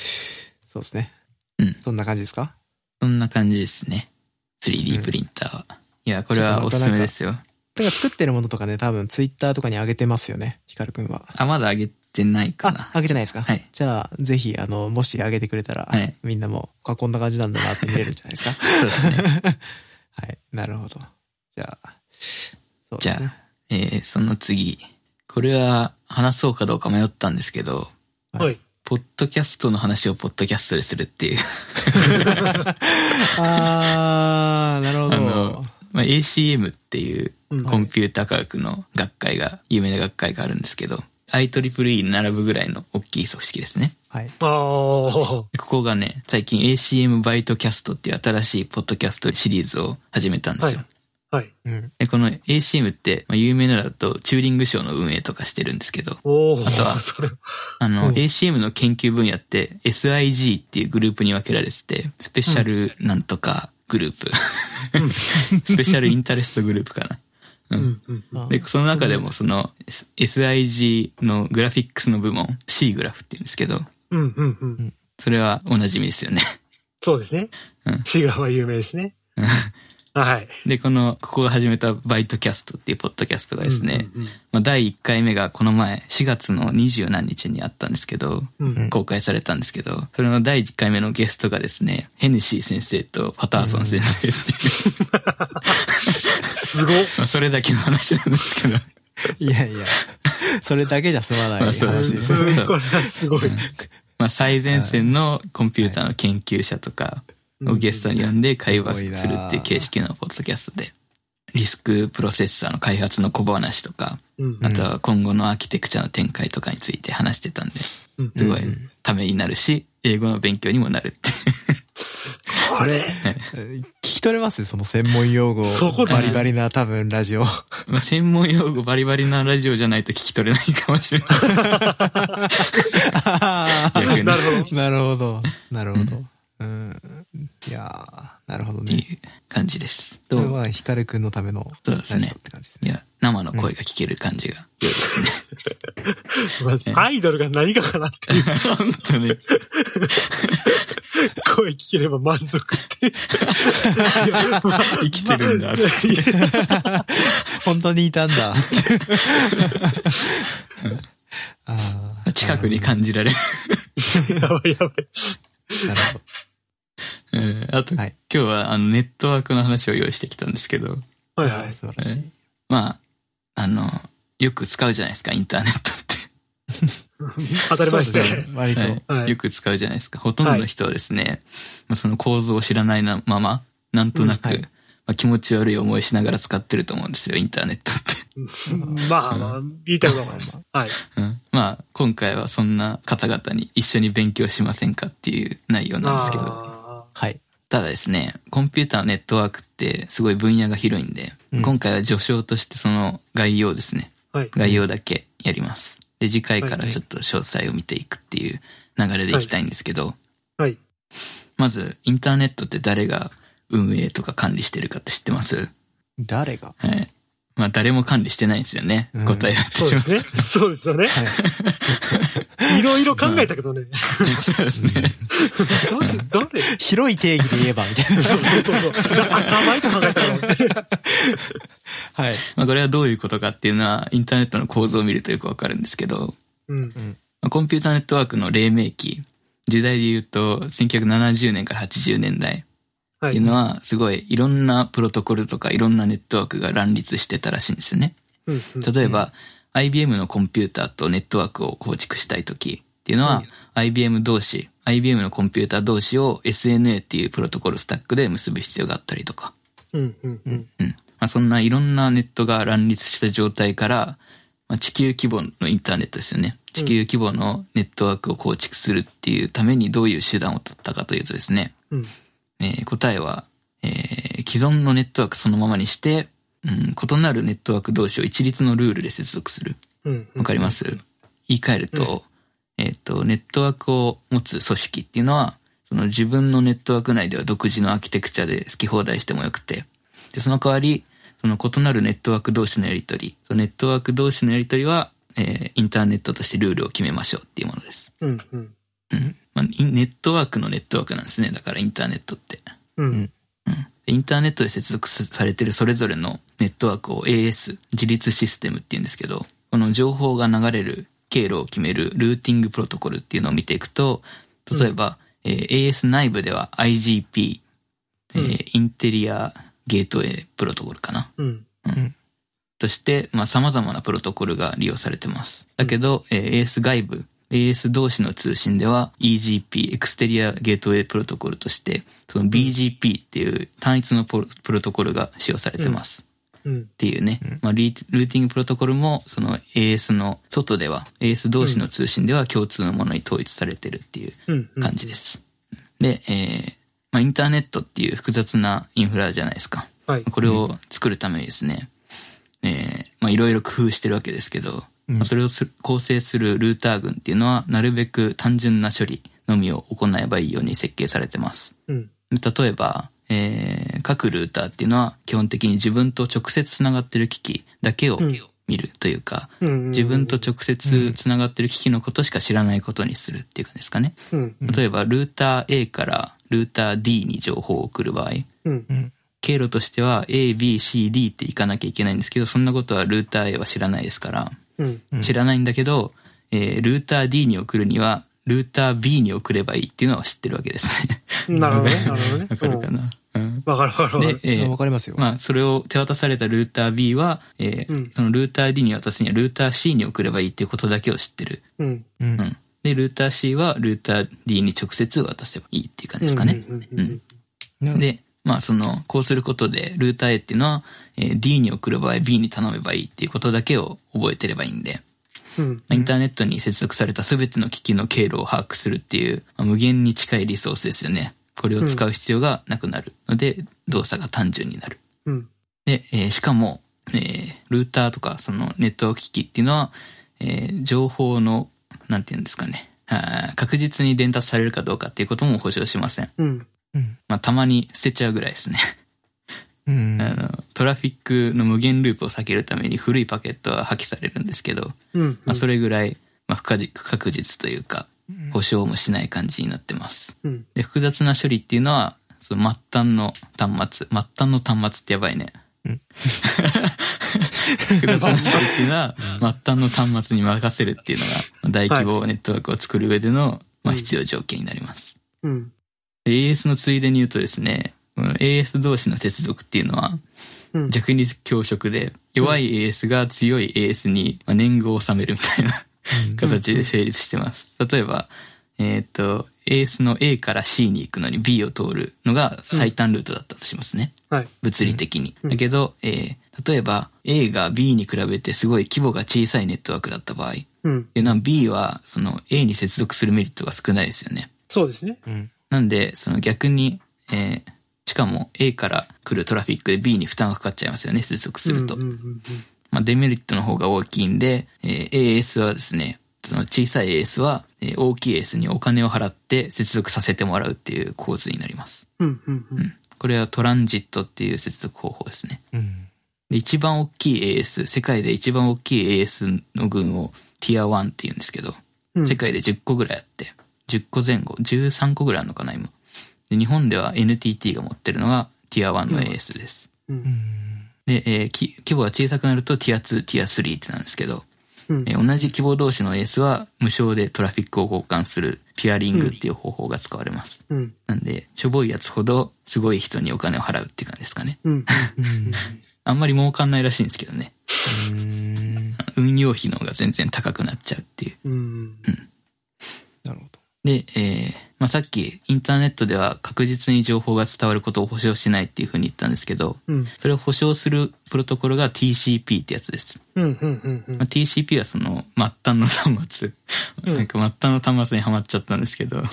A: そうですね。
B: うん
A: そんな感じですか
B: そんな感じですね。
A: う
B: 3D
A: ん
B: プリンターは。いや、これはおすすめですよ。
A: だから作ってるものとかね、多分 Twitter とかに上げてますよね、ヒカルくんは。
B: あ、まだ上げてないかな
A: あ、。上げてないですか
B: はい。
A: じゃあ、ぜひ、あの、もし上げてくれたら、
B: はい
A: みんなも、あ、こんな感じなんだなって見れるんじゃない
B: *laughs*
A: ですか。
B: そうですね。
A: はい。なるほど。じゃあ、そう
B: じ
A: で
B: ゃ
A: すね。
B: あ、えー、その次。これは話そうかどうか迷ったんですけど、
C: はい。
B: ポッドキャストの話をポッドキャストでするっていう。 *laughs*
A: あー、なるほ
B: あ
A: ど
B: の。まあ、ACM っていう
C: うん
B: コンピュータ科学の学会が、有名な学会があるんですけど、IEEE に並ぶぐらいの大きい組織ですね。
A: はい。
C: ああ。
B: ここがね、最近 ACM バイトキャストっていう新しいポッドキャストシリーズを始めたんですよ。
C: はい。
A: うん。
B: でこの ACM って、まあ、有名なのだとチューリング賞の運営とかしてるんですけど、
C: おお。
B: あとは
C: *laughs* それ。
B: あの、
C: うん
B: ACM の研究分野って SIG っていうグループに分けられてて、スペシャルなんとかグループ。 *laughs* スペシャルインタレストグループかな。
C: うんうん。
A: まあ
B: で、その中でもその SIG のグラフィックスの部門、C グラフって言うんですけど、
C: うんうんうん。
B: それはおなじみですよね。 *laughs*
C: そうですね
B: うん。
C: シガーは有名ですね。はい。
B: で、この、ここが始めたバイトキャストっていうポッドキャストがですね、
C: うんうん
B: まあ、第1回目がこの前、4月の20何日にあったんですけど、
C: うん。うん
B: 公開されたんですけど、それの第1回目のゲストがですね、ヘネシー先生とパターソン先生っていう、
C: すご
B: *laughs*
C: っ。
B: まあそれだけの話なんですけど、
A: いやいや、それだけじゃ済まない
B: *laughs* まあそう
A: 話ですす。
B: う
C: ごい。これはすごい。
B: まあ、最前線のコンピューターの研究者とかをゲストに呼んで会話するっていう形式のポッドキャストで、リスクプロセッサーの開発の小話とか、
C: うん
B: あとは今後のアーキテクチャの展開とかについて話してたんで、
C: うん
B: すごい
A: うん
B: ためになるし、英語の勉強にもなるっていう。 *laughs*
A: それ、聞き取れますその専門用語。
C: そこです
A: バリバリな多分ラジオ。
B: まあ、専門用語バリバリなラジオじゃないと聞き取れないかもしれない。 *laughs* 逆に
C: なるほど。
A: *laughs* なるほど。なるほど。うん。いやーなるほど
B: って
A: ね。
B: いう感じです。
A: ことれはヒカルくんのための
B: そう
A: ラ
B: です
A: ジ
B: ね
A: オって感じです
B: い
A: ね。
B: や、生の声が聞ける感じが良いですね。
C: まあアイドルが何かかなっていう
B: *laughs* 本当ね。
C: 声聞ければ満足っていう。
B: 生きてるんだって。
A: 本当にいた
B: *laughs*
A: んだ。あー
B: *laughs* 近くに感じられる。
C: やばいやばい。
A: なるほど。
B: うんあと、
A: はい
B: 今日はあのネットワークの話を用意してきたんですけど、
C: はいは
A: はいい、。素晴らしい。
B: まあ、あの、よく使うじゃないですか、インターネットって。
C: 当たり前で
A: そう
C: す
A: です
C: ね。
A: ね。割と。
B: はい
C: はい
B: よく使うじゃないですか。ほとんどの人はですね、まあ、その構造を知らないまま、なんとなく、
A: うんはい
B: まあ、気持ち悪い思いしながら使ってると思うんですよ、インターネッ
A: *laughs*
B: トって。
C: まあまあ、言いたいことは
A: まあま
C: はい。
B: うんまあ、今回はそんな方々に一緒に勉強しませんかっていう内容なんですけど。
C: あ
A: はい。
B: ただですね、コンピューターネットワークってすごい分野が広いんで、
A: うん
B: 今回は序章としてその概要ですね。
C: ーはい。
B: 概要だけやります。で、次回か
C: はい
B: ら
C: はい
B: ちょっと詳細を見ていくっていう流れでいきたいんですけど、
C: はい。
B: まず、インターネットって誰が運営とか管理してるかって知ってます
A: 誰が
B: はい。まあ、誰も管理してないんですよね。
A: うん
B: 答えは
C: そうですね。そうですよね。いろいろ考えたけどね。
B: そうですね。
C: 誰 *laughs* 誰
A: 広い定義で言えば、みたいな。
C: そうそうそう。赤前と考えたけど。
A: はい。
B: *laughs* まあ、 *laughs* これはどういうことかっていうのは、インターネットの構造を見るとよくわかるんですけど、
C: うん。
B: まあコンピューターネットワークの黎明期、時代で言うと、1970年から80年代
C: は
B: ってい
C: い。
B: うのは、すごいいろんなプロトコルとかいろんなネットワークが乱立してたらしいんですよね。
C: うんうん
B: 例えば、IBM のコンピューターとネットワークを構築したいときっていうのは、IBM 同士、IBM のコンピューター同士を SNA っていうプロトコルスタックで結ぶ必要があったりとか、
C: うんうんうん。
B: うん。まあ、そんないろんなネットが乱立した状態から、まあ、地球規模のインターネットですよね。地球規模のネットワークを構築するっていうためにどういう手段を取ったかというとですね、
C: うん。
B: えー答えは、えー既存のネットワークそのままにして、うん、異なるネットワーク同士を一律のルールで接続する。
C: うん。
B: わかります言い換えると、えっ、と、ネットワークを持つ組織っていうのは、その自分のネットワーク内では独自のアーキテクチャで好き放題してもよくて、で、その代わり、その異なるネットワーク同士のやりとり、そのネットワーク同士のやりとりは、えーインターネットとしてルールを決めましょうっていうものです。
C: うんうん。
B: うん。まあ、インネットワークのネットワークなんですね。だからインターネットって。
C: うん。
B: インターネットで接続されてるそれぞれのネットワークを AS、自立システムって言うんですけど、この情報が流れる経路を決めるルーティングプロトコルっていうのを見ていくと、例えば、えー AS 内部では IGP、えーインテリアゲートウェイプロトコルかな。
C: うん。
B: として、まあ、様々なプロトコルが利用されてます。だけど、えー AS 外部、AS 同士の通信では EGP、エクステリアゲートウェイプロトコルとして、その BGP っていう単一のポロプロトコルが使用されてます。
C: うん。
B: っていうね、まあ、リールーティングプロトコルも、その AS の外では、AS 同士の通信では共通のものに統一されてるっていう
C: うん。
B: 感じです。で、えーまあ、インターネットっていう複雑なインフラじゃないですか。
C: はい。
B: これを作るためにですね、えーまあいろいろ工夫してるわけですけど、
A: うん
B: まあそれをす構成するルーター群っていうのは、なるべく単純な処理のみを行えばいいように設計されてます。
C: うん。
B: 例えば、えー各ルーターっていうのは基本的に自分と直接つながってる機器だけを
C: うん
B: 見るというか、
C: うん。
B: 自分と直接つながってる機器のことしか知らないことにするっていうかですかね。
C: うん。
B: 例えば、ルーター A からルーター D に情報を送る場合、
C: うん。
B: 経路としては A、B、C、D って行かなきゃいけないんですけど、そんなことはルーター A は知らないですから、
C: うん。
A: ん
B: 知らないんだけど、えールーター D に送るには、ルーター B に送ればいいっていうのは知ってるわけですね。
C: なる
B: *laughs*
C: ほどね。なるほどね。
B: わかるかな、うん、
C: わかるわかるわか
B: で
C: る。、
B: えー
A: わかりますよ。
B: まあ、それを手渡されたルーター B は、えー
C: うん
B: そのルーター D に渡すにはルーター C に送ればいいっていうことだけを知ってる。
C: うん。
A: うん
B: うん。で、ルーター C はルーター D に直接渡せばいいっていう感じですかね。
C: うん。
A: なる
B: で、まあその、こうすることで、ルーター A っていうのは、えー D に送る場合、B に頼めばいいっていうことだけを覚えてればいいんで、
C: うん。
B: インターネットに接続された全ての機器の経路を把握するっていう、まあ無限に近いリソースですよね。これを使う必要がなくなるので、動作が単純になる。
C: うん。
B: で、えーしかも、えールーターとかそのネットワーク機器っていうのは、えー情報の、なんていうんですかね、あー確実に伝達されるかどうかっていうことも保証しません。
C: うん。
A: うん。
B: まあ、たまに捨てちゃうぐらいですね。
A: うん。
B: あの、トラフィックの無限ループを避けるために古いパケットは破棄されるんですけど、
C: うん。
B: まあ、それぐらい、まあ、不確実不確実というか、保証もしない感じになってます。
C: うん。
B: で、複雑な処理っていうのは、その末端の端末、末端の端末ってやばいね。
A: うん
B: *laughs* 複雑な処理っていうのは、末端の端末に任せるっていうのが、まあ大規模ネットワークを作る上での、まあ、必要条件になります。
C: うん。
B: で AS のついでに言うとですね、この AS 同士の接続っていうのは
C: うん
B: 弱に強食で、弱い AS が強い AS にまあ年貢を収めるみたいな形で成立してます。例えば、えっ、と、AS の A から C に行くのに B を通るのが最短ルートだったとしますね。
C: はい。
B: 物理的に。
C: ん
B: だけど、えー例えば A が B に比べてすごい規模が小さいネットワークだった場合、って
C: うん。
B: いうのは B はその A に接続するメリットが少ないですよね。
C: そうですね。
A: うん。
B: なんで、その逆に、えーしかも A から来るトラフィックで B に負担がかかっちゃいますよね、接続すると。
C: うんうんうん
B: まあ、デメリットの方が大きいんで、えー AS はですね、その小さい AS は、えー大きい AS にお金を払って接続させてもらうっていう構図になります。
C: うん。うん。うん。うん。
B: これはトランジットっていう接続方法ですね。
A: うん。
B: で一番大きい AS、世界で一番大きい AS の群をティア1って言うんですけど、
C: うん
B: 世界で10個ぐらいあって、10個前後、13個ぐらいあるのかな、今。で、日本では NTT が持ってるのがティア1の AS です。
A: うん。
B: で、えーき規模が小さくなるとティア2、ティア3ってなんですけど、
C: うん
B: えー同じ規模同士の AS は無償でトラフィックを交換するピアリングっていう方法が使われます。
C: うん。
B: なんで、しょぼいやつほどすごい人にお金を払うっていう感じですかね。
C: うん。
A: うん。
B: あんまり儲かんないらしいんですけどね。
A: うん
B: 運用費の方が全然高くなっちゃうっていう。
C: うん。
A: なるほど。
B: で、えーまあ、さっきインターネットでは確実に情報が伝わることを保証しないっていうふうに言ったんですけど、
C: うん。
B: それを保証するプロトコルが TCP ってやつです。
C: うん。うん。うん
B: まあ、TCP はその末端の端末。
C: うん
B: なんか末端の端末にはまっちゃったんですけ
A: *laughs* な
B: ど、
A: んか、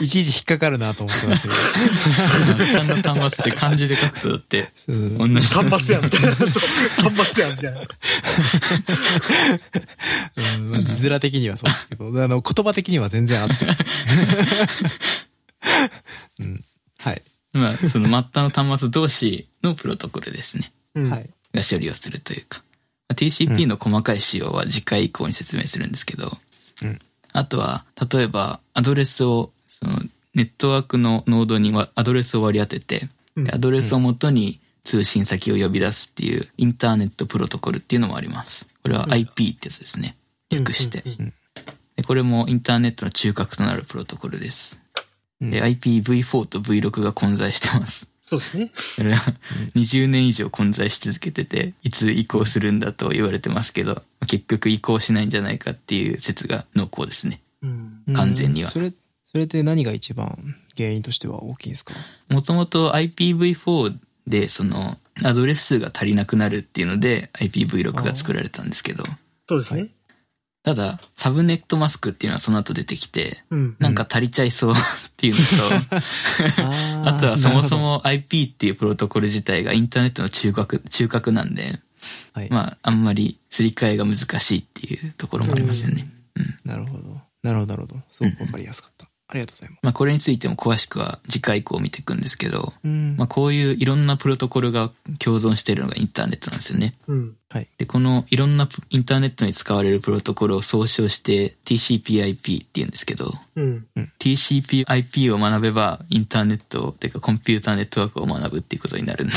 A: いちいち引っかかるなと思ってましたけ
B: 末端の端末って漢字で書くとだって、
A: ど。うん
B: 同じ。
C: 干ばつやんみたいな。そう干ばつやんみたいな。
A: うんまあ、字面的にはそうですけど、あの、言葉的には全然合ってる。うん。はい。
B: まあ、その末端の端末同士のプロトコルですね。
C: うん
A: は。い。
B: が処理をするというか。まあ TCP の細かい仕様は次回以降に説明するんですけど、
A: うん
B: あとは、例えば、アドレスを、その、ネットワークのノードにわアドレスを割り当てて、
C: うん
B: アドレスをもとに通信先を呼び出すっていう、インターネットプロトコルっていうのもあります。これは IP ってやつですね。略して
C: う。ん
B: でこれもインターネットの中核となるプロトコルです。
A: うん
B: で、IPv4 と V6 が混在してます。 *laughs*
C: そうですね。
B: それは20年以上混在し続けてて、いつ移行するんだと言われてますけど、結局移行しないんじゃないかっていう説が濃厚ですね。
C: うん。
B: 完全には
A: うんそれ、それって何が一番原因としては大きいんですか
B: もともと IPv4 でそのアドレス数が足りなくなるっていうので IPv6 が作られたんですけど、
C: そうですね。
B: ただサブネットマスクっていうのはその後出てきて、
C: うん。
B: なんか足りちゃいそう *laughs* っていうのと、
A: あ
B: あとはそもそ
A: も。
B: も IP っていうプロトコル自体がインターネットの中核、中核なんで、
A: はい。
B: まああんまりすり替えが難しいっていうところもありますよね。
A: なるほど。なるほど、なるほど。すごくわかりやすかった。ありがとうございます。
B: まあこれについても詳しくは次回以降見ていくんですけど、
A: うん
B: まあこういういろんなプロトコルが共存しているのがインターネットなんですよね。
C: うん。
A: はい。
B: で、このいろんなプインターネットに使われるプロトコルを総称して TCPIP って言うんですけど、
C: うん。
B: TCPIP を学べばインターネットを、てかコンピューターネットワークを学ぶっていうことになるんで、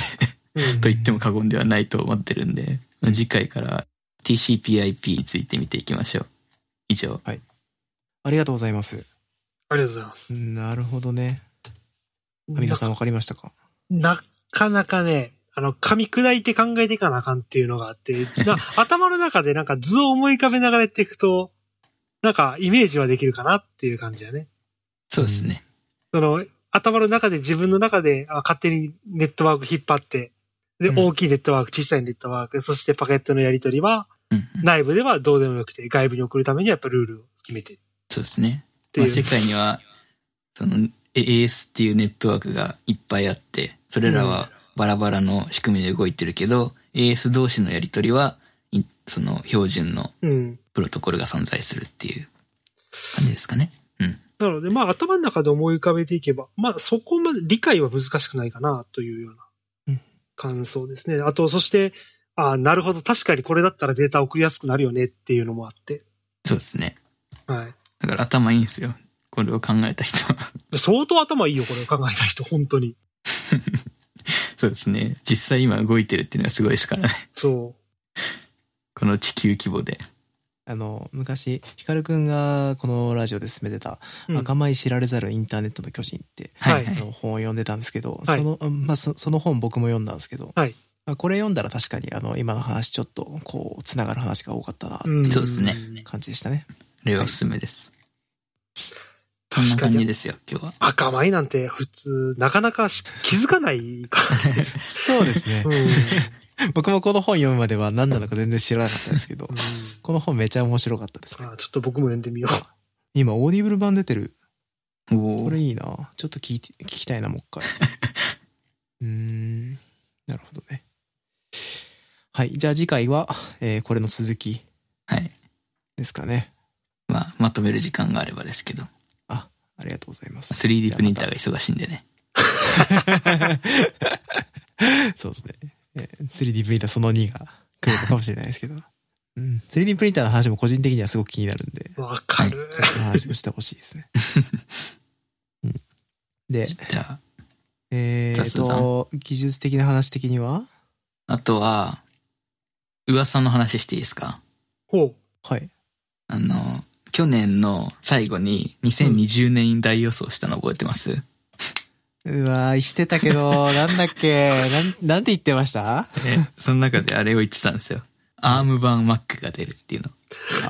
C: うん
B: と言っても過言ではないと思ってるんで、まあ次回から TCPIP について見ていきましょう。以上。
A: ありがとうございます。
C: ありがとうございます。
A: なるほどね。皆さんわかりましたか
C: なかなかね、あの、噛み砕いて考えていかなあかんっていうのがあって、な頭の中でなんか図を思い浮かべながらやっていくと、なんかイメージはできるかなっていう感じだね。
B: そうですね。
C: その、頭の中で自分の中であ勝手にネットワーク引っ張って、で、
A: うん
C: 大きいネットワーク、小さいネットワーク、そしてパケットのやり取りは、
B: うんうん
C: 内部ではどうでもよくて、外部に送るためにはやっぱルールを決めてっ
B: そうですね。
C: て
B: ま
C: い
B: あ、
C: う。
B: 世界には、その、え AS っていうネットワークがいっぱいあって、それらはバラバラの仕組みで動いてるけど、AS 同士のやり取りは、いその、標準の
C: うん。
B: プロトコルが存在するっていう感じですかね。うん。
C: なので、まあ、頭の中で思い浮かべていけば、まあ、そこまで理解は難しくないかな、というよ
A: う
C: う
A: ん
C: な感想ですね。あと、そして、ああ、なるほど、確かにこれだったらデータ送りやすくなるよねっていうのもあって。
B: そうですね。
C: はい。
B: だから頭いいんですよ。これを考えた人は。 *laughs*
C: 相当頭いいよ、これを考えた人、本当に。
B: そうですね。実際今動いてるっていうのはすごいですからね。
C: そ
B: この地球規模で。
A: あの、昔、ヒカルくんがこのラジオで進めてた、
C: う。うん
A: 赤米知られざるインターネットの巨人って、
C: はい
A: あの本を読んでたんですけど、
C: い
A: その、まあ、そその本僕も読んだんですけど、
C: はい
A: まあこれ読んだら確かに、あの、今の話ちょっと、こう、つながる話が多かったな、ってい
C: ん
B: そうですね
A: う感じでしたね。
B: 例はおすすめです。そんな
C: 確か
B: 感じ
C: に。
B: ですよ、今日は。
C: 赤米なんて普通、なかなかし気づかないから。
A: そうですね
C: う。ん。うん
A: *laughs* 僕もこの本読むまでは何なのか全然知らなかったんですけど、この本めちゃ面白かったですね。
C: ああちょっと僕も読んでみよう。
A: 今、オーディブル版出てる。
B: お
A: これ
B: ー
A: いいな。ちょっと聞いて、聞きたいな、もう
B: *laughs*
A: 一回。うーん。なるほどね。はい。じゃあ次回は、えーこれの続き
B: はい。
A: ですかね。
B: まあ、まとめる時間があればですけど。
A: ありがとうございます。
B: 3D プリンターが忙しいんでね。
A: *laughs* そうですね。えー 3D プリンターその2が来るのかもしれないですけ
B: *laughs*
A: ど。うん。3D プリンターの話も個人的にはすごく気になるんで、
C: わかる。
A: そっちの話もしてほしい
B: *laughs*
A: ですね。うんで、
B: じゃあ、
A: えー、っと、技術的な話的には
B: あとは、噂の話していいですか
C: ほう。
A: はい。
B: あの、去年の最後に2020年大予想したの覚えてます、
A: うわー、してたけど、
B: *laughs*
A: なんだっけ、なん、なんて言ってました
B: えその中であれを言ってたんですよ。 *laughs* アーム版 Mac が出るっていうの。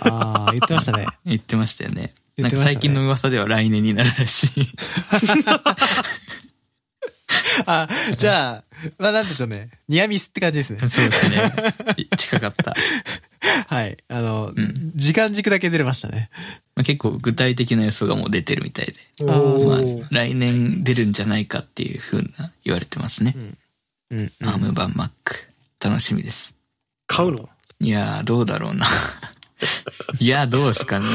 A: ああ、言ってましたね。
B: 言ってましたよね。
A: 言
B: な
A: っ
B: ん
A: て
B: か
A: ましたね
B: 最近の噂では来年になるら *laughs* しい。
A: *laughs* あ、じゃあ、まあなんでしょうね。ニアミスって感じですね。
B: そうですね。い *laughs* 近かった。
A: はい。あの、
B: ん
A: 時間軸だけずれましたね。
B: まあ、結構具体的な予想がもう出てるみたいで。
A: あー
C: おー
B: まあ、来年出るんじゃないかっていうふうな言われてますね。
A: うん。
B: アーム版 Mac。楽しみです。
C: 買うの
B: いやー、どうだろうな。 *laughs* いやー、どうですかね。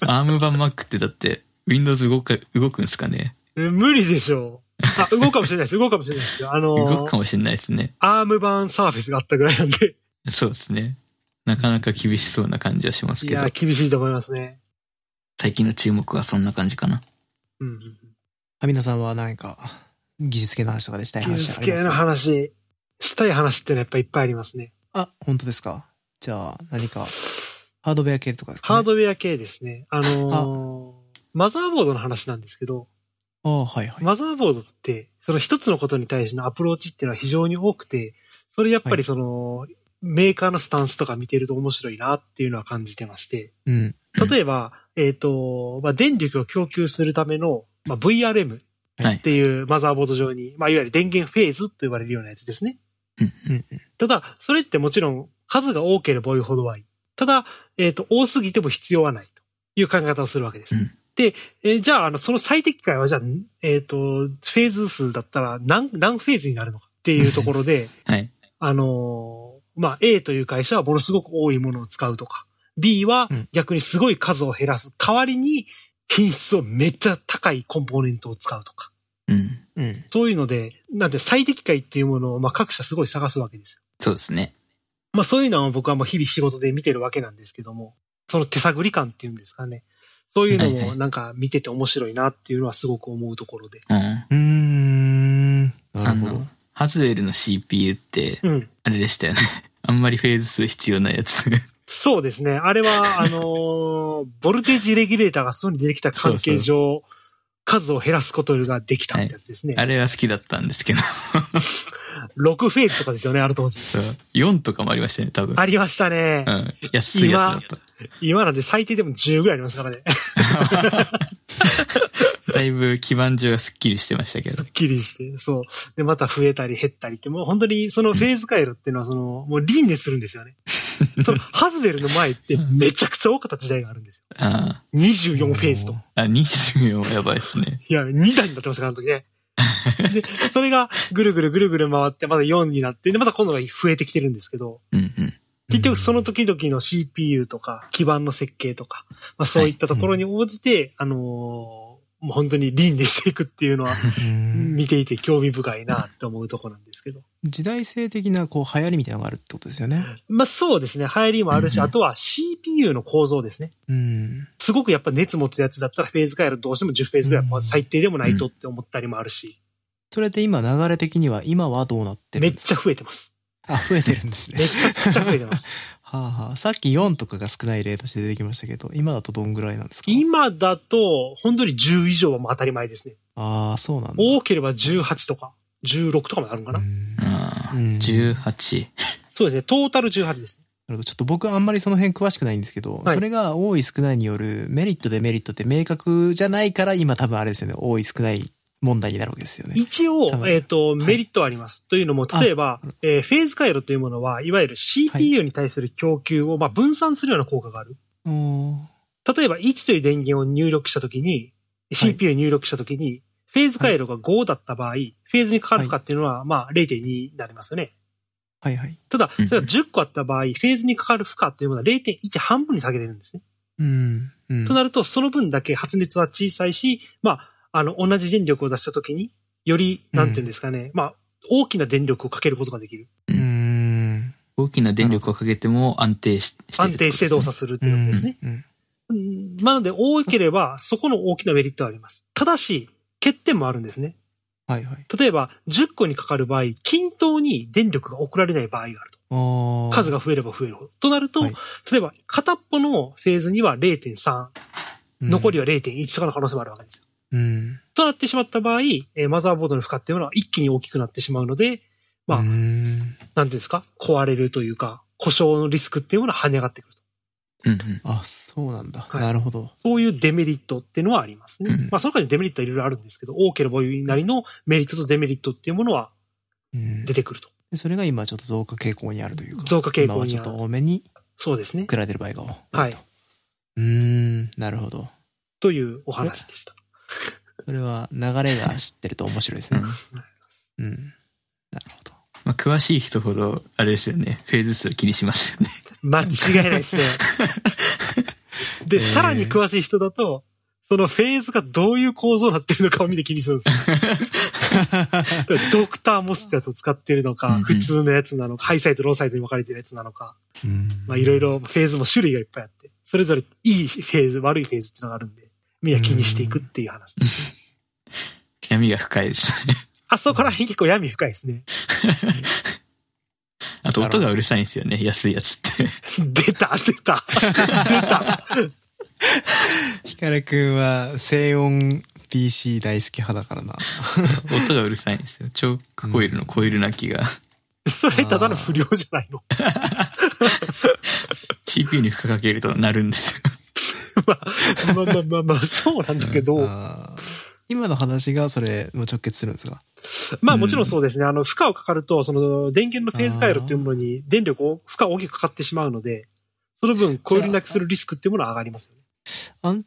B: アーム版 Mac ってだって、Windows 動く、動くんすかね
C: え無理でしょう。あ、動くかもしれないです。動くかもしれないですよ。あのー
B: 動くかもしれないですね。
C: アーム版サーフェスがあったぐらいなんで。
B: そうですね。なかなか厳しそうな感じはします
C: い
B: けど
C: や、、厳しいと思いますね。
B: 最近の注目はそんな感じかな。
C: うんうん。
A: アミナさんは何か、技術系の話とかでしたい
C: 技
A: 話
C: 術
A: あり
C: 系の
A: ます
C: 話、したい話ってのはやっぱいっぱいありますね。
A: あ、本当ですか。じゃあ、何か、ハードウェア系とかですか、ね、
C: ハードウェア系ですね。あのーマザーボードの話なんですけど、
A: あーはいはい。
C: マザーボードって、その一つのことに対してのアプローチっていうのは非常に多くて、それやっぱりその、メーカーのスタンスとか見てると面白いなっていうのは感じてまして、
A: うん。
C: 例えば、えっ、と、まあ、電力を供給するための、まあ、VRM
B: は
C: っ
B: い。
C: ていうマザーボード上に、まあ、いわゆる電源フェーズと呼ばれるようなやつですね。
B: うん
A: うん
C: ただ、それってもちろん数が多ければ多いほどはいい。ただ、えっ、と、多すぎても必要はないという考え方をするわけです。
B: うん
C: で、えーじゃあ、あの、その最適解は、じゃあ、えっ、と、フェーズ数だったら何、何フェーズになるのかっていうところで、
B: はい。
C: あのーまあ、A という会社はものすごく多いものを使うとか、B は
A: うん
C: 逆にすごい数を減らす代わりに品質をめっちゃ高いコンポーネントを使うとか、
B: うん。
A: うん。
C: そういうので、なんて最適解っていうものをまあ各社すごい探すわけですよ。
B: そうですね。
C: まあそういうのは僕はもう日々仕事で見てるわけなんですけども、その手探り感っていうんですかね。そういうの
B: はいは
C: も
B: い
C: なんか見てて面白いなっていうのはすごく思うところで。
B: うん。
A: うーん。な
B: あ
A: るほど
B: の。、ハズエルの CPU って、
C: うん。
B: あれでしたよね。 *laughs* あんまりフェーズ数必要ないや
C: *laughs*
B: つ。
C: そうですね。あれは、あのーボルテージレギュレーターが外に出てきた関係上、数を減らすことができたってやつですね。
B: あれは好きだったんですけど。
C: 6フェーズとかですよね、あの当時。
B: そう4とかもありましたね、多分。
C: ありましたね
B: う。ん。安いやつだっ
C: 今なんで最低でも10ぐらいありますからね。
B: た。だいぶ基盤上がスッキリしてました
C: *laughs*
B: けど。
C: すっきりして、そう。で、また増えたり減ったりって、もう本当にそのフェーズ回路っていうのは、その、もう輪廻するんですよね。そのハズレルの前ってめちゃくちゃ多かった時代があるんですよ。
B: あ
C: 24フェーズと。
B: あ、24やばいですね。
C: いや、2台になってましたから、あの時ね。で、それがぐるぐるぐるぐる回って、まだ4になって、で、また今度が増えてきてるんですけど、
B: うんうん。
C: 結局その時々の CPU とか、基盤の設計とか、まあそういったところに応じて、あのーもう本当に輪廻していくっていうのは、
A: うん
C: 見ていて興味深いなって思うとこなんですけど。
A: 時代性的なこう流行りみたいなのがあるってことですよね。
C: まあそうですね、流行りもあるし、
B: うんうん
C: あとは CPU の構造ですね。
A: うん。
C: すごくやっぱ熱持つやつだったらフェーズ変えるとどうしても10フェーズぐらい、まあ最低でもないとって思ったりもあるし、
A: それで今流れ的には今はどうなって
C: め
A: るん
C: っ
A: です
C: ち
A: か
C: ゃ増えてます。
A: あ、増えてるんです
C: め
A: ね。
C: ちゃくちゃ増えて
A: *laughs*
C: ます。
A: はあはあ。さっき4とかが少ない例として出てきましたけど、今だとどんぐらいなんですか
C: 今だと、本当に10以上はもう当たり前ですね。
A: ああ、そうなんだ。
C: 多ければ18とか、16とかまであるのかな、
A: うんな
B: ああ、
A: うん
B: 18。
C: そうですね、トータル18ですね。
A: るほどちょっと僕あんまりその辺詳しくないんですけど、
C: はい
A: それが多い少ないによるメリットデメリットって明確じゃないから今多分あれですよね。多い少ない問題になるわけですよね。
C: 一応
A: 多、分
C: えっ、と、
A: い
C: メリットはあります。というのも、例えば、えーフェーズ回路というものは、いわゆる CPU に対する供給を、まあ、分散するような効果がある。
A: おー
C: 例えば、1という電源を入力したときに、CPU に入力したときに、フェーズ回路が5だった場合、フェーズにかかる負荷っていうのは、まあ、0.2になりますよね。
A: はいはい。
C: ただ、
B: う
C: そ
B: ん
C: れが10個あった場合、フェーズにかかる負荷というものは0.1半分に下げれるんですね。
A: うん。うん
C: となると、その分だけ発熱は小さいし、まあ、あの、同じ電力を出したときに、より、なんていうんですかね、まあ、大きな電力をかけることができる。
A: うーん。
B: 大きな電力をかけても安定ししてる
C: 安定して動作するということですね。
A: うん。
C: うんまあなので、多ければ、そこの大きなメリットはあります。ただし、欠点もあるんですね。
A: はいはい。
C: 例えば、10個にかかる場合、均等に電力が送られない場合があると。
A: おー
C: 数が増えれば増えるほど。となると、
A: はい
C: 例えば、片っぽのフェーズには0.3、残り
A: は。
C: は0.1とかの可能性もあるわけです。
A: うん。
C: となってしまった場合、えーマザーボードの負荷っていうのは一気に大きくなってしまうので、まあ
A: うーん
C: なんていうんですか、壊れるというか、故障のリスクっていうものは跳ね上がってくると。
B: うんうん。
A: あ、そうなんだ。
C: はい
A: なるほど。
C: そういうデメリットっていうのはありますね。
B: うん
C: まあ、その他にデメリットはいろいろあるんですけど、多ければ多いなりのメリットとデメリットっていうものは
A: うん
C: 出てくると。
A: でそれが今ちょっと増加傾向にあるというか。
C: 増加傾
A: 今
C: 向
A: はち
C: に
A: ょっ
C: あ
A: と
C: る。
A: 多めに
C: そうですね。
A: 作られてる場合が多いと。
C: はいう
A: ーん、なるほど。
C: というお話でした。
A: それは流れが知ってると面白いですね。うん。なるほど。
B: まあ、詳しい人ほど、あれですよね、フェーズ数気にしますよね。 *laughs*
C: 間違いないですね。で、
A: えー
C: さらに詳しい人だと、そのフェーズがどういう構造になってるのかを見て気にするんですよだからドクターモスってやつを使ってる
B: う
C: の
B: ん
C: か、
B: うん
C: 普通のやつなのか、ハイサイとローサイトに分かれてるやつなのか、
A: うん
C: まあいろい。ろフェーズも種類がいっぱいあって、それぞれいいフェーズ、悪いフェーズっていうのがあるんで、みんな気にしていくっていう話。
B: 闇が深いですね。
C: あそこら辺結構闇深いですね。 *laughs*
B: あと音がうるさいんですよね、安いやつ
C: *laughs*
B: って。
C: 出た、出た、出た。
A: ヒカルくんは静音 PC 大好き派だからな。
B: 音がうるさいんですよ。チョークコイルのコイル鳴きが、
C: それただの不良じゃないの。 *laughs*
B: CPU に負荷かけると鳴るんですよ。
C: まあ、まあまあまあまあ、そうなんだけど、
A: あー今の話がそれも直結するんですか
C: まあもちろんそうですね。あの、負荷をかかると、その電源のフェーズ回路というものに電力を、負荷を大きくかかってしまうので、その分、コイルなくするリスクっていうものは上がりますよね。
A: 安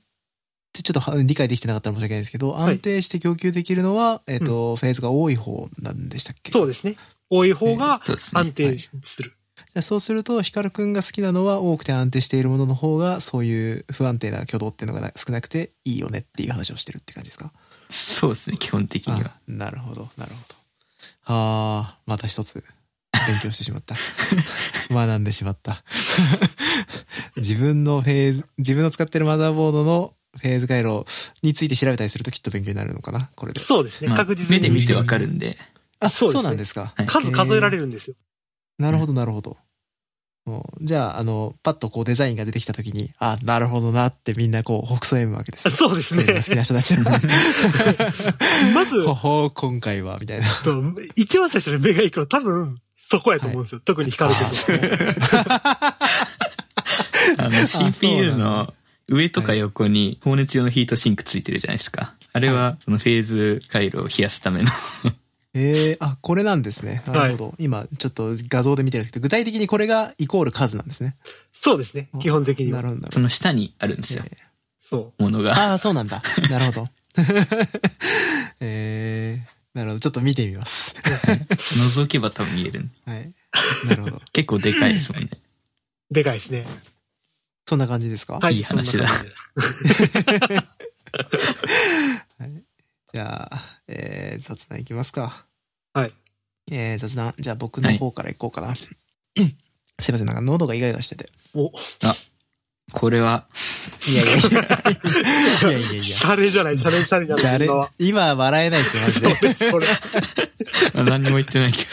A: 定ちょっとは理解できてなかったら申し訳ないですけど、
C: い
A: 安定して供給できるのは、えっ、と、フェーズが多い方なんでしたっけ
C: そうですね。多い方が
B: そうですね。
C: 安定する。
A: じゃあそうすると、ヒカルくんが好きなのは多くて安定しているものの方が、そういう不安定な挙動っていうのがな少なくていいよねっていう話をしてるって感じですか
B: そうですね、基本的に
A: あ
B: は。
A: なるほど、なるほど。はあ、また一つ勉強してしま *laughs* った。学んでしまった。 *laughs* 自分のフェーズ、自分の使ってるマザーボードのフェーズ回路について調べたりするときっと勉強になるのかなこれで。
C: そうですね。
B: まあ
C: 確実に。
B: 目で見てわかるんで。
A: あ、そう
C: そ
A: う,、
C: ですね
A: なんですか。
B: はい
C: 数数えられるんですよ。
A: なるほど、なるほど。もうじゃあ、あの、パッとこうデザインが出てきたときに、あ、なるほどなってみんなこう、北斎むわけです。
C: そうです
A: そういうのが好きな
C: ね。
A: 人たちは。
C: *laughs* ま *laughs* ず
A: ほ、ほう、今回は、みたいな。
C: と一番最初に目が行くの多分、そこやと思うんですよ。特に光ると *laughs* こ
B: あの、CPU の上とか横に放熱用のヒートシンクついてるじゃないですか。あれは、そのフェーズ回路を冷やすための
A: えー、あ、これなんですね。なるほど。今、ちょっと画像で見てるんですけど、具体的にこれがイコール数なんですね。
C: そうですね。基本的に
A: な
C: は。
A: るほど、なる
B: そ
A: ほど。
B: の下にあるんですよ
A: え。ー
C: そ
B: ものが。
A: ああ、そうなんだ。なるほど。 *laughs* えー、なるほど。ちょっと見てみます。
B: 覗けば多分見える。
A: はい。なるほど。
B: 結構でかいですもんね。
C: う。でかいですね。
A: そんな感じですか
C: はい。
B: いい話だ
C: そんな感じで
A: じゃあ、えー、雑談いきますか。
C: はい。
A: えー、雑談。じゃあ僕の方からいこうかな。 *coughs* すいません、なんか喉がイガイガしてて。
C: お、
B: これは、
A: いやいやい *laughs* や。いやいやいや。
C: シャレじゃない、シャレシャレじゃない。
A: 誰
C: そん *laughs* な
A: 今笑えないですよ、マジで。
C: それ。
B: まあ何も言ってないけど。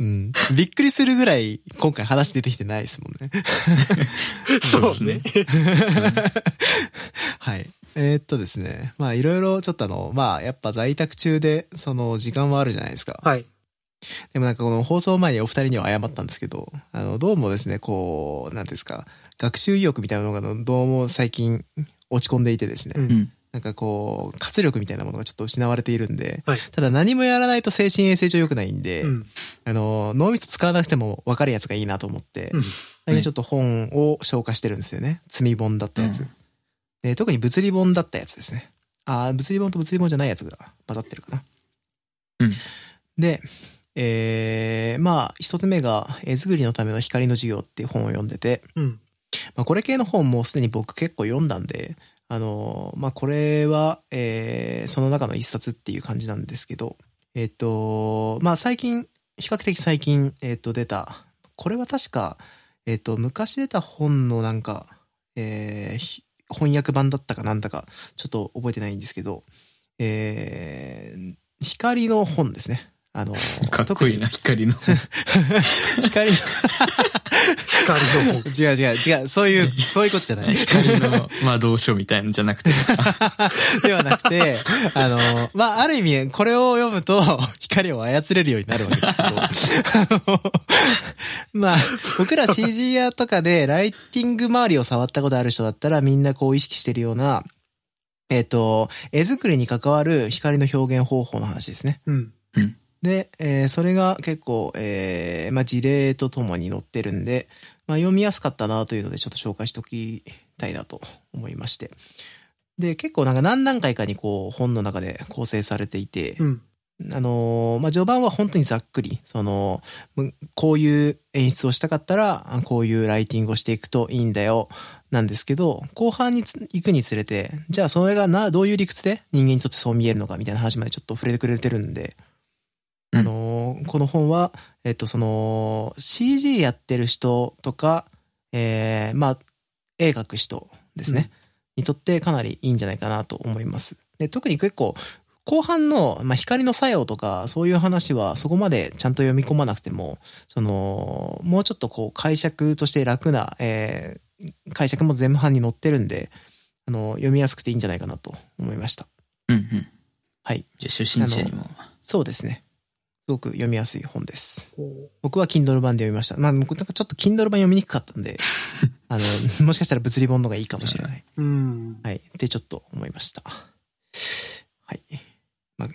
A: うん。びっくりするぐらい、今回話出てきてないですもんね。
C: そうですね。
A: はい。えーっとですね。まあ、いろいろちょっとあの、まあ、やっぱ在宅中で、その、時間はあるじゃないですか。
C: はい。
A: でもなんかこの放送前にお二人には謝ったんですけど、あの、どうもですね、こう、なんていうんですか、学習意欲みたいなのがどどうも最近落ち込んでいてですね、
C: うん
B: うん。
A: なんかこう、活力みたいなものがちょっと失われているんで、
C: はい
A: ただ何もやらないと精神衛生上良くないんで、
C: うん。
A: あの、脳みそ使わなくても分かるやつがいいなと思って、
C: うん
A: 最近ちょっと本を消化してるんですよね。積み本だったやつ。
B: うん
A: で特に物理本だったやつですね。あー物理本と物理本じゃないやつが混ざってるかな。
B: うん
A: で、えー、まあ、一つ目が、絵作りのための光の授業っていう本を読んでて、
C: うん。
A: まあ、これ系の本もうすでに僕結構読んだんで、あのーまあ、これは、えーその中の一冊っていう感じなんですけど、えっ、と、まあ、最近、比較的最近、えっ、と、出た、これは確か、えっ、と、昔出た本のなんか、えーひ翻訳版だったかなんだか、ちょっと覚えてないんですけど、えー光の本ですね。あのー、
B: *laughs* かっこいいな、光の。
A: 特に光の、
C: 光の方。
A: 違う違う違う、そう
B: *laughs*
A: いう、そういうことじゃない。
B: 光の、まあ、同書みたいなのじゃなくてですか。
A: *laughs* ではなくて、あの、まあ、ある意味、これを読むと、 *laughs* 光を操れるようになるわけですけど、 *laughs* あのまあ、僕ら CG やとかで、ライティング周りを触ったことある人だったら、みんなこう意識してるような、えっ、と、絵作りに関わる光の表現方法の話ですね。
C: うん。
A: で、えーそれが結構、えーまあ、事例とともに載ってるんで、まあ、読みやすかったなというので、ちょっと紹介しておきたいなと思いまして。で、結構なんか何段階かにこう、本の中で構成されていて、
C: うん。
A: あのーまあ、序盤は本当にざっくり、その、むこういう演出をしたかったら、あこういうライティングをしていくといいんだよ、なんですけど、後半につ行くにつれて、じゃあそれがな、どういう理屈で人間にとってそう見えるのか、みたいな話までちょっと触れてくれてるんで、
B: うん
A: あのーこの本は、えっと、その、CG やってる人とか、えーまあ、絵描く人ですね、にとってかなりいいんじゃないかなと思います。で、特に結構、後半の、まあ、光の作用とかそういう話はそこまでちゃんと読み込まなくてもそのもうちょっとこう解釈として楽な、えー解釈も前半に載ってるんであの読みやすくていいんじゃないかなと思いました
B: うんうん。
A: はい。
B: じゃあ、初心者にも。
A: そうですねすごく読みやすい本です
C: こ
A: 僕は Kindle 版で読みましたまあ僕なんかちょっと Kindle 版読みにくかったんであのもしかしたら物理本の方がいいかもしれないう
C: うん。
A: はい。で、ちょっと思いました。はい。まあ、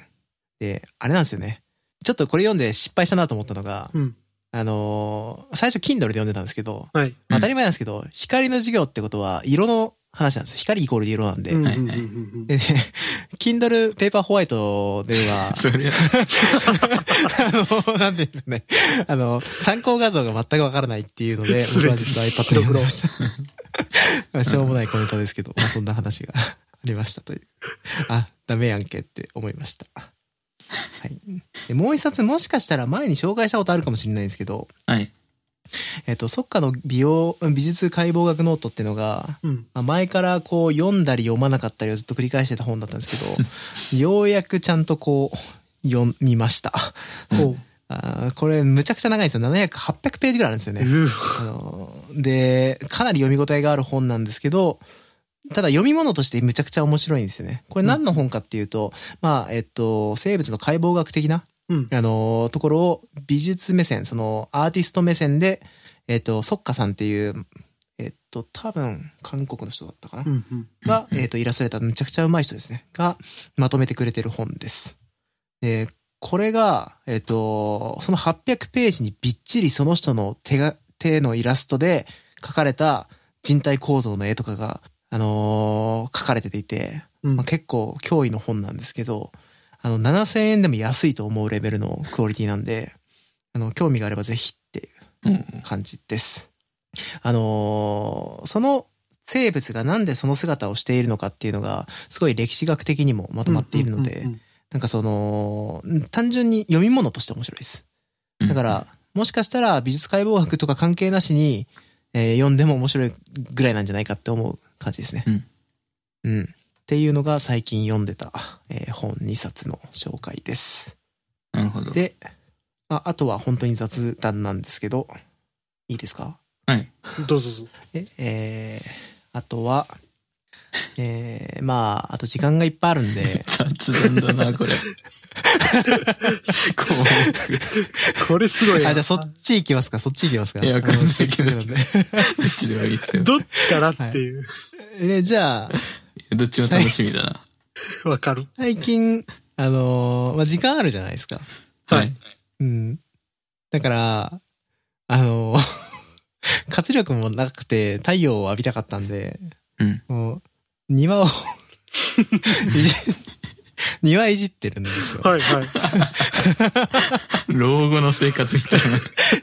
A: で、あれなんですよね。ちょっとこれ読んで失敗したなと思ったのが、
C: うん。
A: あのー最初 Kindle で読んでたんですけど、
C: はい。
A: 当たり前なんですけど、光の授業ってことは色の話なんですよ。光イコール色なんで。
C: うん。う
B: はい
C: ん。
B: は
C: う
B: い、
C: ん。
A: で、Kindle ペーパーホワイトでは
C: *laughs*
B: それは、
A: あの、なんていうんですかね。あの、参考画像が全くわからないっていうので、
C: そ
A: 僕
C: れ
A: は実は iPad で読んでました。 *laughs* しょうもないコメントですけど、まあ、そんな話がありましたという。あ、ダメやんけって思いました。はい。でもう一冊もしかしたら前に紹介したことあるかもしれないんですけど、
B: はい。
A: えっと、即下の美容、美術解剖学ノートっていうのが、
C: うん。
A: まあ前からこう読んだり読まなかったりをずっと繰り返してた本だったんですけど、ようやくちゃんとこう読みました。
C: こ
A: あーこれむちゃくちゃ長いんですよ。700、800ページぐらいあるんですよ
C: う。
A: ね。
C: う
A: あのーで、かなり読み応えがある本なんですけど、ただ読み物としてむちゃくちゃ面白いんですよね。これ何の本かっていうと、まあ、えっと、生物の解剖学的な、
C: うん
A: あのーところを美術目線、そのアーティスト目線で、えっと、ソッカさんっていう、えっと、多分韓国の人だったかな。
C: うん。うん。
A: が、えっ、と、イラストレーター、むちゃくちゃうまい人ですね。が、まとめてくれてる本です。で、これが、えっと、その800ページにびっちりその人の手が、手のイラストで描かれた人体構造の絵とかが、あのー描かれていて、
C: うん
A: まあ、結構脅威の本なんですけど、あの、7000円でも安いと思うレベルのクオリティなんで、あの、興味があればぜひっていう
B: うん。
A: 感じです。あのーその生物がなんでその姿をしているのかっていうのが、すごい歴史学的にもまとまっているの
C: うんう
A: で
C: ん、
A: なんかその、単純に読み物として面白いです。だから、もしかしたら美術解剖学とか関係なしに、えー読んでも面白いぐらいなんじゃないかって思う感じですね。
B: うん。
A: うん。っていうのが最近読んでた、えー本2冊の紹介です。
B: うん。なるほど。
A: で、ああとは本当に雑談なんですけど、いいですか
B: はい。、
C: うんどうぞどうぞ。
A: え、えーあとは、えーまあ、あと時間がいっぱいあるんで
B: *laughs* 雑談だな、これ。こ
C: これすごいな。
A: あ、じゃあそっち行きますか、そっち行きますか。
B: いやわかんな
A: あ
B: い
A: のせっかくなんで。
B: う、どっちでもいいですよ。
C: どっちかなっていう。
A: ね、じゃあ、
B: どっちも楽しみだな。
C: わかる。
A: 最近、あのーまあ、時間あるじゃないですか。
B: はい。
A: うん。だから、あのー *laughs* 活力もなくて太陽を浴びたかったんで、
B: うん
A: もう庭を
B: *laughs*
A: いじ、庭いじってるんですよ。
C: はいはい。
B: 老後の生活みたい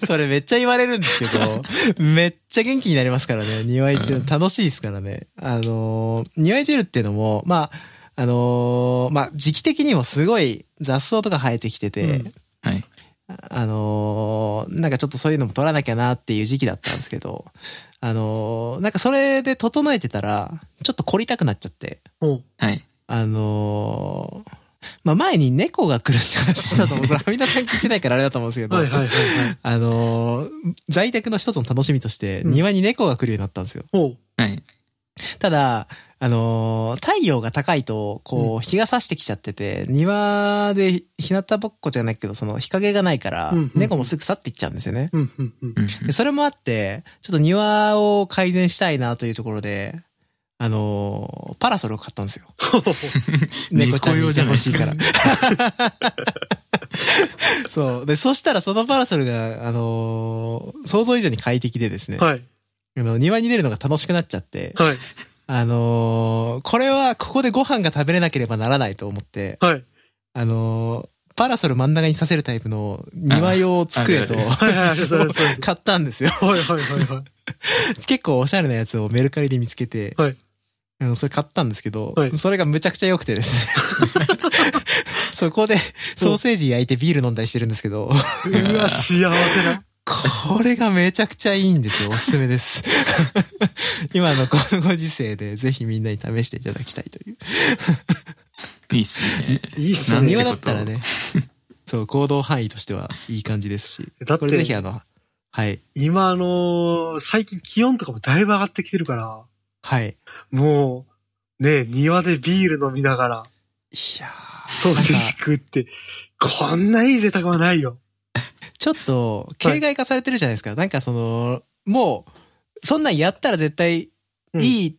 B: な。
A: それめっちゃ言われるんですけ
C: *laughs*
A: ど、めっちゃ元気になりますからね、庭いじる。楽しいですからね。あのー、庭いじるっていうのも、まあ、あのーまあ、時期的にもすごい雑草とか生えてきてて、
C: うん
B: はい。
A: あのーなんかちょっとそういうのも取らなきゃなっていう時期だったんですけど、あのーなんかそれで整えてたら、ちょっと凝りたくなっちゃって、
C: おう
B: はい。
A: あのーまあ、前に猫が来るって話したと思う。これ、アミナさん聞いてないからあれだと思 *laughs* うんですけど、
C: はいはいはいはい。
A: あのー在宅の一つの楽しみとして、
C: うん
A: 庭に猫が来るようになったんですよ。
C: おう
B: はい。
A: ただ、あのー太陽が高いと、こう、日が差してきちゃってて、庭で日向ぼっこじゃないけど、その日陰がないから
C: うんうんうん、
A: 猫もすぐ去っていっちゃうんですよね。
C: うんうんうん。
B: うん
A: で、それもあって、ちょっと庭を改善したいなというところで、あのーパラソルを買ったんですよ。猫ちゃんにいてほしいから。 *laughs* そう。で、そしたらそのパラソルが、あのー想像以上に快適でですね、
C: はい
A: あの庭に出るのが楽しくなっちゃって、
C: はい
A: あのーこれはここでご飯が食べれなければならないと思って、
C: はい。
A: あのーパラソル真ん中にさせるタイプの庭用机と
B: ああるあ、
C: はいはい。そうそうそう
A: 買ったんですよ。 *laughs*
C: はいはいはいはい。
A: 結構おしゃれなやつをメルカリで見つけて、
C: はい
A: あのそれ買ったんですけど、
C: はい
A: それがむちゃくちゃ良くてですね。
C: *laughs*
A: そこでソーセージ焼いてビール飲んだりしてるんですけど、
C: うわ、幸せな。
A: これがめちゃくちゃいいんですよ。おすすめ
C: *laughs*
A: です。今のこのご時世でぜひみんなに試していただきたいという。
B: いいっすね。
C: いいっす
B: なんて
C: ね。
A: 庭だった *laughs* らね、そう、行動範囲としてはいい感じですし、
C: だっ
A: これぜひ
C: て、
A: あの、はい、
C: 今あのー、最近気温とかもだいぶ上がってきてるから、
A: はい。
C: もう、ね、庭でビール飲みながら、
A: いやー
C: ソーセージ食うって、こんないい贅沢はないよ。
A: ちょっと、形骸化されてるじゃないですか。なんかその、もう、そんなんやったら絶対
C: うん
A: いい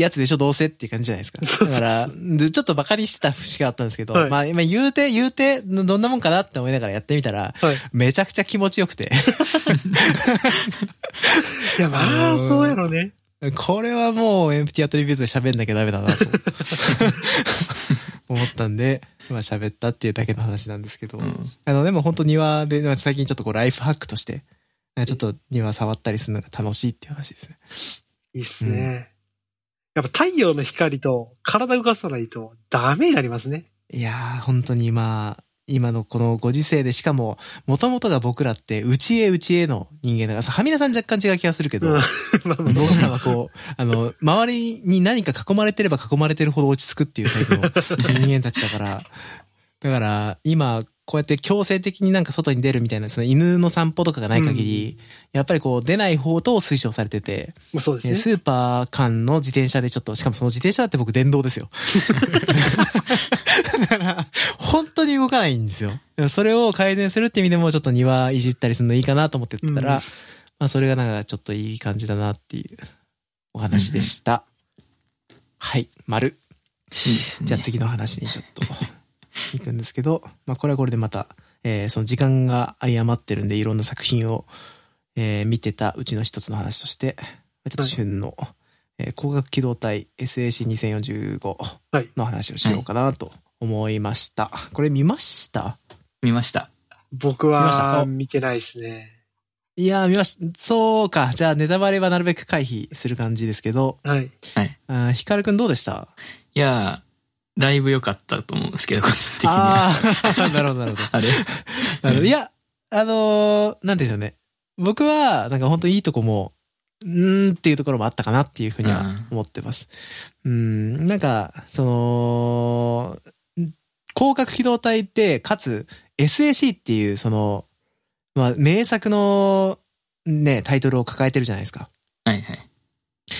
A: やつでしょ、どうせっていう感じじゃないです *laughs*
C: そ
A: か。
C: うそう
A: だ
C: そ
A: か
C: う
A: ら、でちょっとバカにしてた節があったんですけど、
C: はい
A: まあ今言うて、言うて、どどんなもんかなって思いながらやってみたら、
C: はい。
A: めちゃくちゃ気持ちよくて、
C: いや、ま
A: あ
C: あ、
A: のー
C: そうやろね。
A: *laughs* これはもうエンプティアトリビュートで喋んなきゃダメだなと思ったんで、まあ喋ったっていうだけの話なんですけど、
B: うん
A: あの、でも本当庭で、まあ最近ちょっとこうライフハックとして、ちょっと庭触ったりするのが楽しいっていう話ですね。
C: いいっすね。やっぱ太陽の光と体動かさないとダメになりますね。
A: いやー、本当に今、今のこのご時世で、しかも、もともとが僕らって、うちへうちへの人間だから、そうはみなさん若干違う気がするけ
C: うん *laughs*
A: ど、
C: まあまあまあ
A: 僕らはこう、あの、周りに何か囲まれてれば囲まれてるほど落ち着くっていうタイプの人間たちだから、だから、今、こうやって強制的になんか外に出るみたいな、その犬の散歩とかがない限り、やっぱりこう出ない方と推奨されてて、
C: まあそうです
A: え
C: ね。
A: スーパー間の自転車でちょっと、しかもその自転車だって僕電動です
C: *laughs*
A: よ。だから、本当に動かないんですよ。それを改善するって意味でも、ちょっと庭いじったりするのいいかなと思ってやったら、
C: うん
A: まあそれがなんかちょっといい感じだなっていうお話で
C: *laughs*
A: した。はい、丸。
B: いいっすね。
A: じゃあ次の話にちょっと行くんですけど、 *laughs* まあこれはこれでまた、えーその時間が有り余ってるんで、いろんな作品を、えー見てたうちの一つの話として、ちょっと旬の、えー光学機動隊 SAC2045 の話をしようかなと思いました。これ見ました
B: 見ました。
C: 僕
A: 見ましたあ
C: は見てないですね。
A: いやー見ました。そうか。じゃあネタバレはなるべく回避する感じですけど、
C: はい。
A: あーヒカルくんどうでした
B: いやー、だいぶ良かったと思うんですけど、個人的には。
A: ああ、 *laughs* なるほどなるほど。
B: あれ
A: なるほどいや、あのーなんでしょうね。僕は、なんか本当にいいとこも、うーんっていうところもあったかなっていうふうには思ってます。うん、なんか、その、広角機動隊って、かつ SAC っていう、その、まあ、名作の、ね、タイトルを抱えてるじゃないですか。
B: はいはい。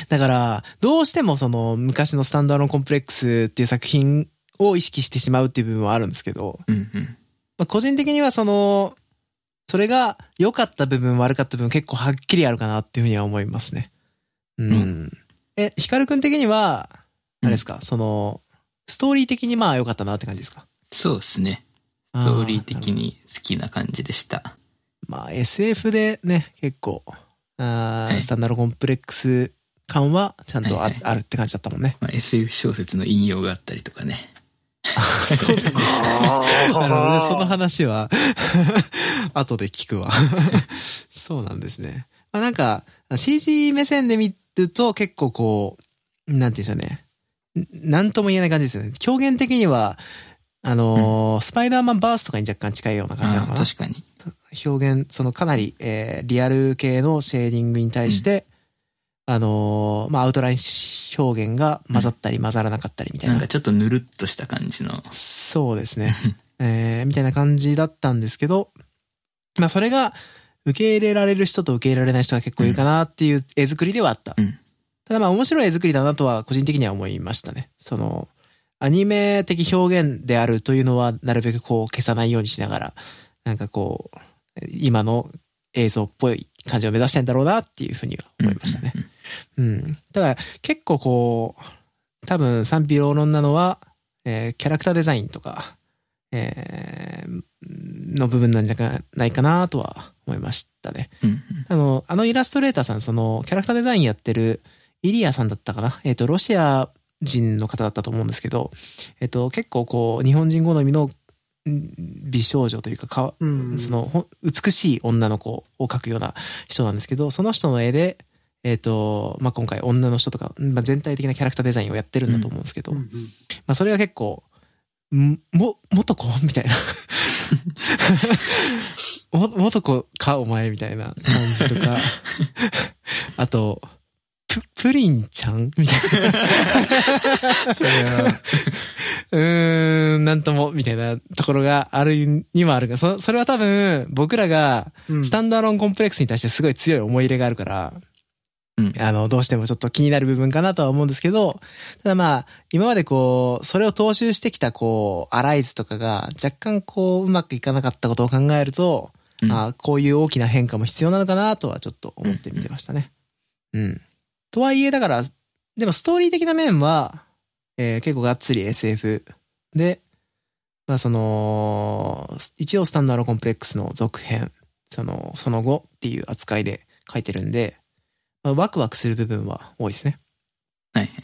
A: だから、どうしてもその、昔のスタンドアローンコンプレックスっていう作品を意識してしまうっていう部分はあるんですけど、
B: うんうん。
A: まあ、個人的にはその、それが良かった部分悪かった部分結構はっきりあるかなっていうふうには思いますね。うん。
B: う
A: え、ヒカルくん的には、あ
B: うん
A: れですか、その、ストーリー的にまあ良かったなって感じですか
B: そうですね。
A: ス
B: ストーリー的
A: に。
B: に好きな感じでした。
A: まあ SF でね、結構、あー
B: はい
A: スタンダードコンプレックス感はちゃんとあ,、
B: はいはい
A: あるって感じだったもんね。
B: まあ、SF 小説の引用があったりとかね。
A: そうなんですか。なるほどねその話は、 *laughs* 後で聞くわ。 *laughs* そうなんですね。まあなんか、CG 目線で見ると結構こう、なんて言うんでしょうね。んなんとも言えない感じですよね。表現的には、あのースパイダーマンバースとかに若干近いような感じなの
B: あ
A: か
B: あ
A: な。
B: 確かに。
A: 表現、そのかなり、えーリアル系のシェーディングに対して、あのーまあ、アウトライン表現が混ざったり混ざらなかったりみたい
B: な
A: なん
B: かちょっとぬるっとした感じの。
A: そうですね。えーみたいな感じだったんですけど、まあそれが受け入れられる人と受け入れられない人が結構いるかなっていう絵作りではあった。
B: うん
A: ただまあ面白い絵作りだなとは個人的には思いましたね。その、アニメ的表現であるというのはなるべくこう消さないようにしながら、なんかこう、今の映像っぽい感じを目指してんだろうなっていうふうには思いましたね。
B: うんうん
A: うん。ただ、結構こう、多分賛否両論なのは、えーキャラクターデザインとか、えーの部分なんじゃないかなとは思いましたね。
B: うんうん。
A: あの、あのイラストレーターさん、その、キャラクターデザインやってるイリアさんだったかなえっ、と、ロシア人の方だったと思うんですけど、えっ、と、結構こう、日本人好みのん美少女というかかわ、
C: うん
A: その、ほん美しい女の子を描くような人なんですけど、その人の絵で、えっ、と、まあ、今回女の人とか、まあ、全体的なキャラクターデザインをやってるんだと思うんですけど、
C: うんう
A: ま
C: ん
A: あ、それが結構、んも、元子みたいな。も、元子か、お前みたいな感じとか、あと、プ、プリンちゃんみたいな。
B: それは、
A: うーん、なんとも、みたいなところがあるにはあるが、そ、それは多分、僕らが、
C: うん
A: スタンドアローンコンプレックスに対してすごい強い思い入れがあるから、
B: うん
A: あの、どうしてもちょっと気になる部分かなとは思うんですけど、ただまあ、今までこう、それを踏襲してきたこう、アライズとかが若干こう、うまくいかなかったことを考えると、
B: うん
A: あーこういう大きな変化も必要なのかなとはちょっと思って見てましたね。うん。とはいえ、だから、でもストーリー的な面は、えー結構がっつり SF で、まあその、一応スタンダードコンプレックスの続編、その、その後っていう扱いで書いてるんで、まあ、ワクワクする部分は多いですね。
B: はいはい。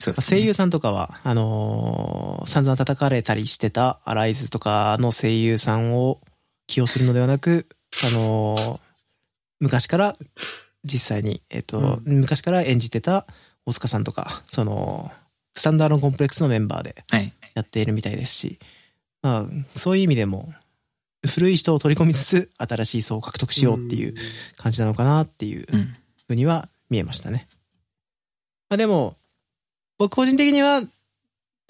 B: そうですね
A: 声優さんとかは、あのー散々叩かれたりしてたアライズとかの声優さんを起用するのではなく、あのー昔から実際に、えっ、と、昔から演じてた大塚さんとか、その、スタンダードコンプレックスのメンバーで
B: はい。
A: やっているみたいですし、まあ、そういう意味でも、古い人を取り込みつつ、新しい層を獲得しようっていう感じなのかなっていう
B: うん。
A: ふうには見えましたね。まあでも、僕個人的には、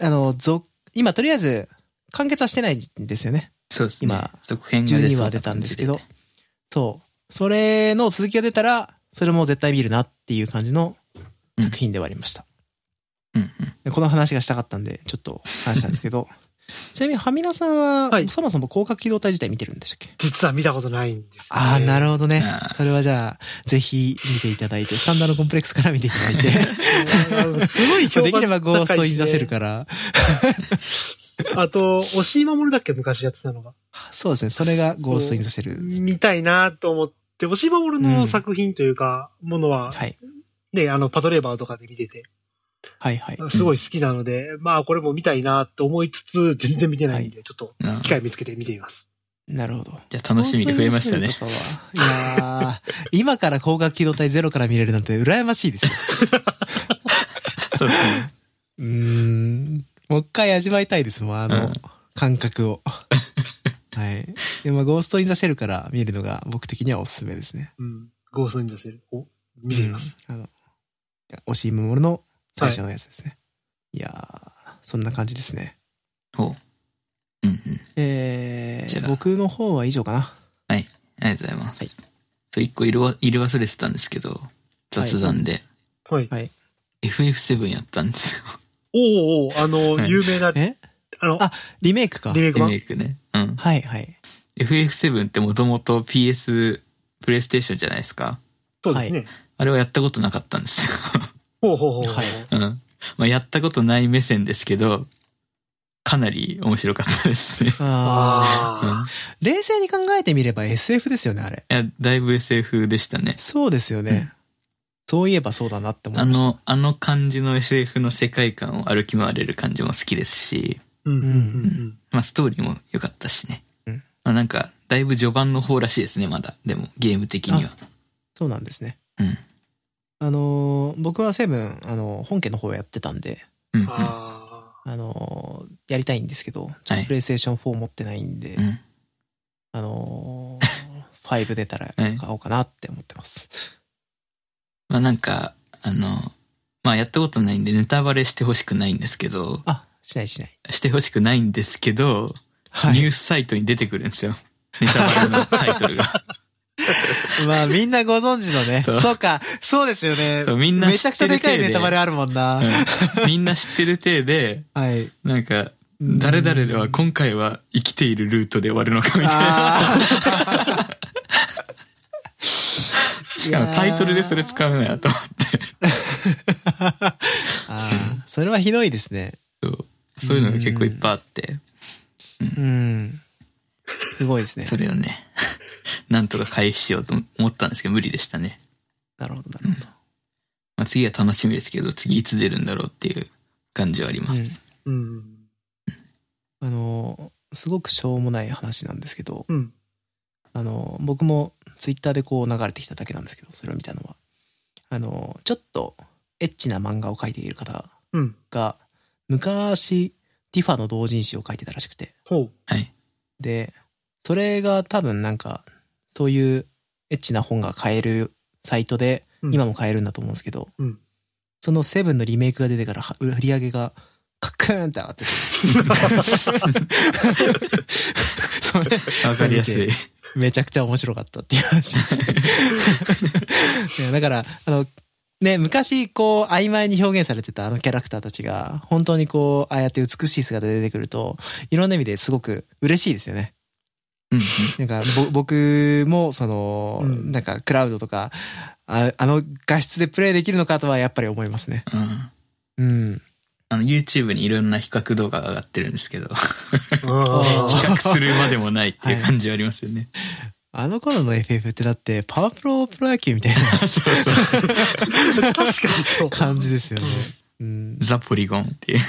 A: あの、続今とりあえず完結はしてないんですよね。
B: そうですね。
A: 今、
B: 続編が出
A: 12
B: そう
A: 話
B: な
A: 出たん
B: 感
A: で
B: じ
A: すけど、そう。それの続きが出たら、それも絶対見るなっていう感じの作品ではありました。
B: うんうん。
A: でこの話がしたかったんで、ちょっと話したんですけ *laughs* ど、ちなみに、ハミナさんは、
C: はい
A: そもそも広角機動隊自体見てるんでしたっけ
C: 実は見たことないんです、ね。
A: ああ、なるほどね
B: あ。ー
A: それはじゃあ、ぜひ見ていただいて、スタンダードコンプレックスから見ていただいて。
C: *laughs* すごい評判高
A: で
C: い
A: きればゴーストインザシェルか
C: か。
A: ら。
C: *laughs* あと、押井守だっけ昔やってたのが。
A: そうですね。それがゴーストインザシェルです。
C: 見たいなと思って、押井守
A: う
C: の
A: ん
C: 作品というか、ものは、
A: はい。
C: ね、あの、パトレーバーとかで見てて、
A: はいはい。
C: すごい好きなので、まあ、これも見たいなと思いつつ、全然見てないんで、ちょっと、
B: うん
C: 機会見つけて見てみます。
A: なるほど。
B: じゃあ楽しみが増えましたね。
A: ゴーストインザシェルとかは。いやー今から光学機動隊ゼロから見れるなんて羨ましいですよ。
B: *laughs* そうですね。
A: うーん。もう一回味わいたいですもん、あの、
B: うん
A: 感覚
B: *laughs*
A: を。はい。でも、ゴーストインザシェルから見るのが僕的にはおすすめですね。
C: うん。ゴーストインザシェルを見てみます。
A: うん。あの、いや押し守の最初のやつですね。い、やー、そんな感じですね。
B: ほう。うんうん。
A: え
B: じゃ
A: ー、
B: あ
A: 僕の方は以上かな。
B: ありがとうございます。
A: はい
B: そう、一個入れわ入れ忘れてたんですけど、雑談で、
C: はい。
B: FF7 やったんですよ。
C: おうおうあの、
B: はい
C: 有名な、
A: え
C: あの、
A: あリメイクか。
C: リメイク
B: リメ
C: 版
B: イクね。うん。
A: はいはい。
B: FF7 ってもともと PS、プレイステーションじゃないですか。
C: そうですね。
B: あれはやったことなかったんですよ。
C: ほうほうほうほう。
A: はい
B: うん。まあ、やったことない目線ですけど、かなり面白かったですね。
A: あー
B: う
C: あ
A: 冷静に考えてみれば SF ですよね、あれ。
B: ん。いや、だいぶ SF でしたね。
A: そうですよね。
B: うん
A: そういえばそうだなって思
B: あ
A: いました。
B: の、あの感じの SF の世界観を歩き回れる感じも好きですし、
C: ーうんうんうんうん。
B: まあストーリーも良かったしね。
A: うん
B: まあなんか、だいぶ序盤の方らしいですね、まだ。でも、ゲーム的には。
A: そうなんですね。
B: うん。
A: あのー僕はセブン、あのー本家の方やってたんで、
B: うん、うん。は
C: あ
A: あのーやりたいんですけど、
B: い
A: プ。レイステーション4持ってないんで、
B: うん。
A: あの
B: *laughs*
A: ー、5出たら買おうかなって思ってます。
B: まあなんか、あの、まあやったことないんでネタバレしてほしくないんですけど、
A: あ、しないしない。
B: してほしくないんですけど、
A: は
B: ニュ
A: い。
B: ースサイトに出てくるんですよ。 *laughs* ネタバレのタイトルが。
A: *laughs* まあみんなご存知のね。
B: そう
A: そうか。そうですよね
B: そう。みんな
A: め
B: 知
A: ちゃ
B: っ
A: くちゃ
B: て
A: で
B: る
A: かい
B: 体
A: ネ
B: で
A: タバ *laughs* レあるもんな。
B: うんみんな知ってる体で、 *laughs*
A: はい。
B: なんか、誰々は今回は生きているルートで終わるのかみたいな。
A: あ
B: *laughs* しかもタイトルでそれ使うなよと思って。
A: ー *laughs* あー。それはひどいですね。
B: そう。そういうのが結構いっぱいあって、
A: うん。すごいですね。
B: それをね、 *laughs* なんとか回避しようと思ったんですけど、無理でしたね。
A: なるほど、なるほ
B: まあ、次は楽しみですけど、次いつ出るんだろうっていう感じはありま
A: ど。う
B: す。
A: ん
C: ーうん。
A: あのー、すごくしょうもない話なんですけど、
C: うん。
A: あの、僕もツイッターでこう流れてきただけなんですけど、それを見たのは。あの、ちょっとエッチな漫画を描いている方
C: うん。
A: が、昔、ティファの同人誌を描いてたらしくて。
C: ほ
A: で、それが多分なんか、そういうエッチな本が買えるサイトで、
C: うん
A: 今も買えるんだと思うんですけど、
C: うん
A: そのセブンのリメイクが出てからは売り上げがカクーンって上がってて。それ、
B: わかりやすい。
A: めちゃくちゃ面白かったっていう話です。いやだから、あの、ね、昔、こう、曖昧に表現されてたあのキャラクターたちが、本当にこう、ああやって美しい姿で出てくると、いろんな意味ですごく嬉しいですよね。
B: うん
A: なんか、ぼ僕も、その、
C: うん
A: なんか、クラウドとか、ああの画質でプレイできるのかとはやっぱり思いますね。
B: うん。うん
A: うん。
B: あの、YouTube にいろんな比較動画が上がってるんですけど、比
C: う。あー
B: 較するまでもないってい
A: は
B: う
A: い
B: 感じはありますよね。
A: あの頃の FF ってだって、パワープロプロ野球みたいな
C: *laughs* 確かにそう。
A: 感じですよね。うん。
B: ザ・ポリゴンっていう、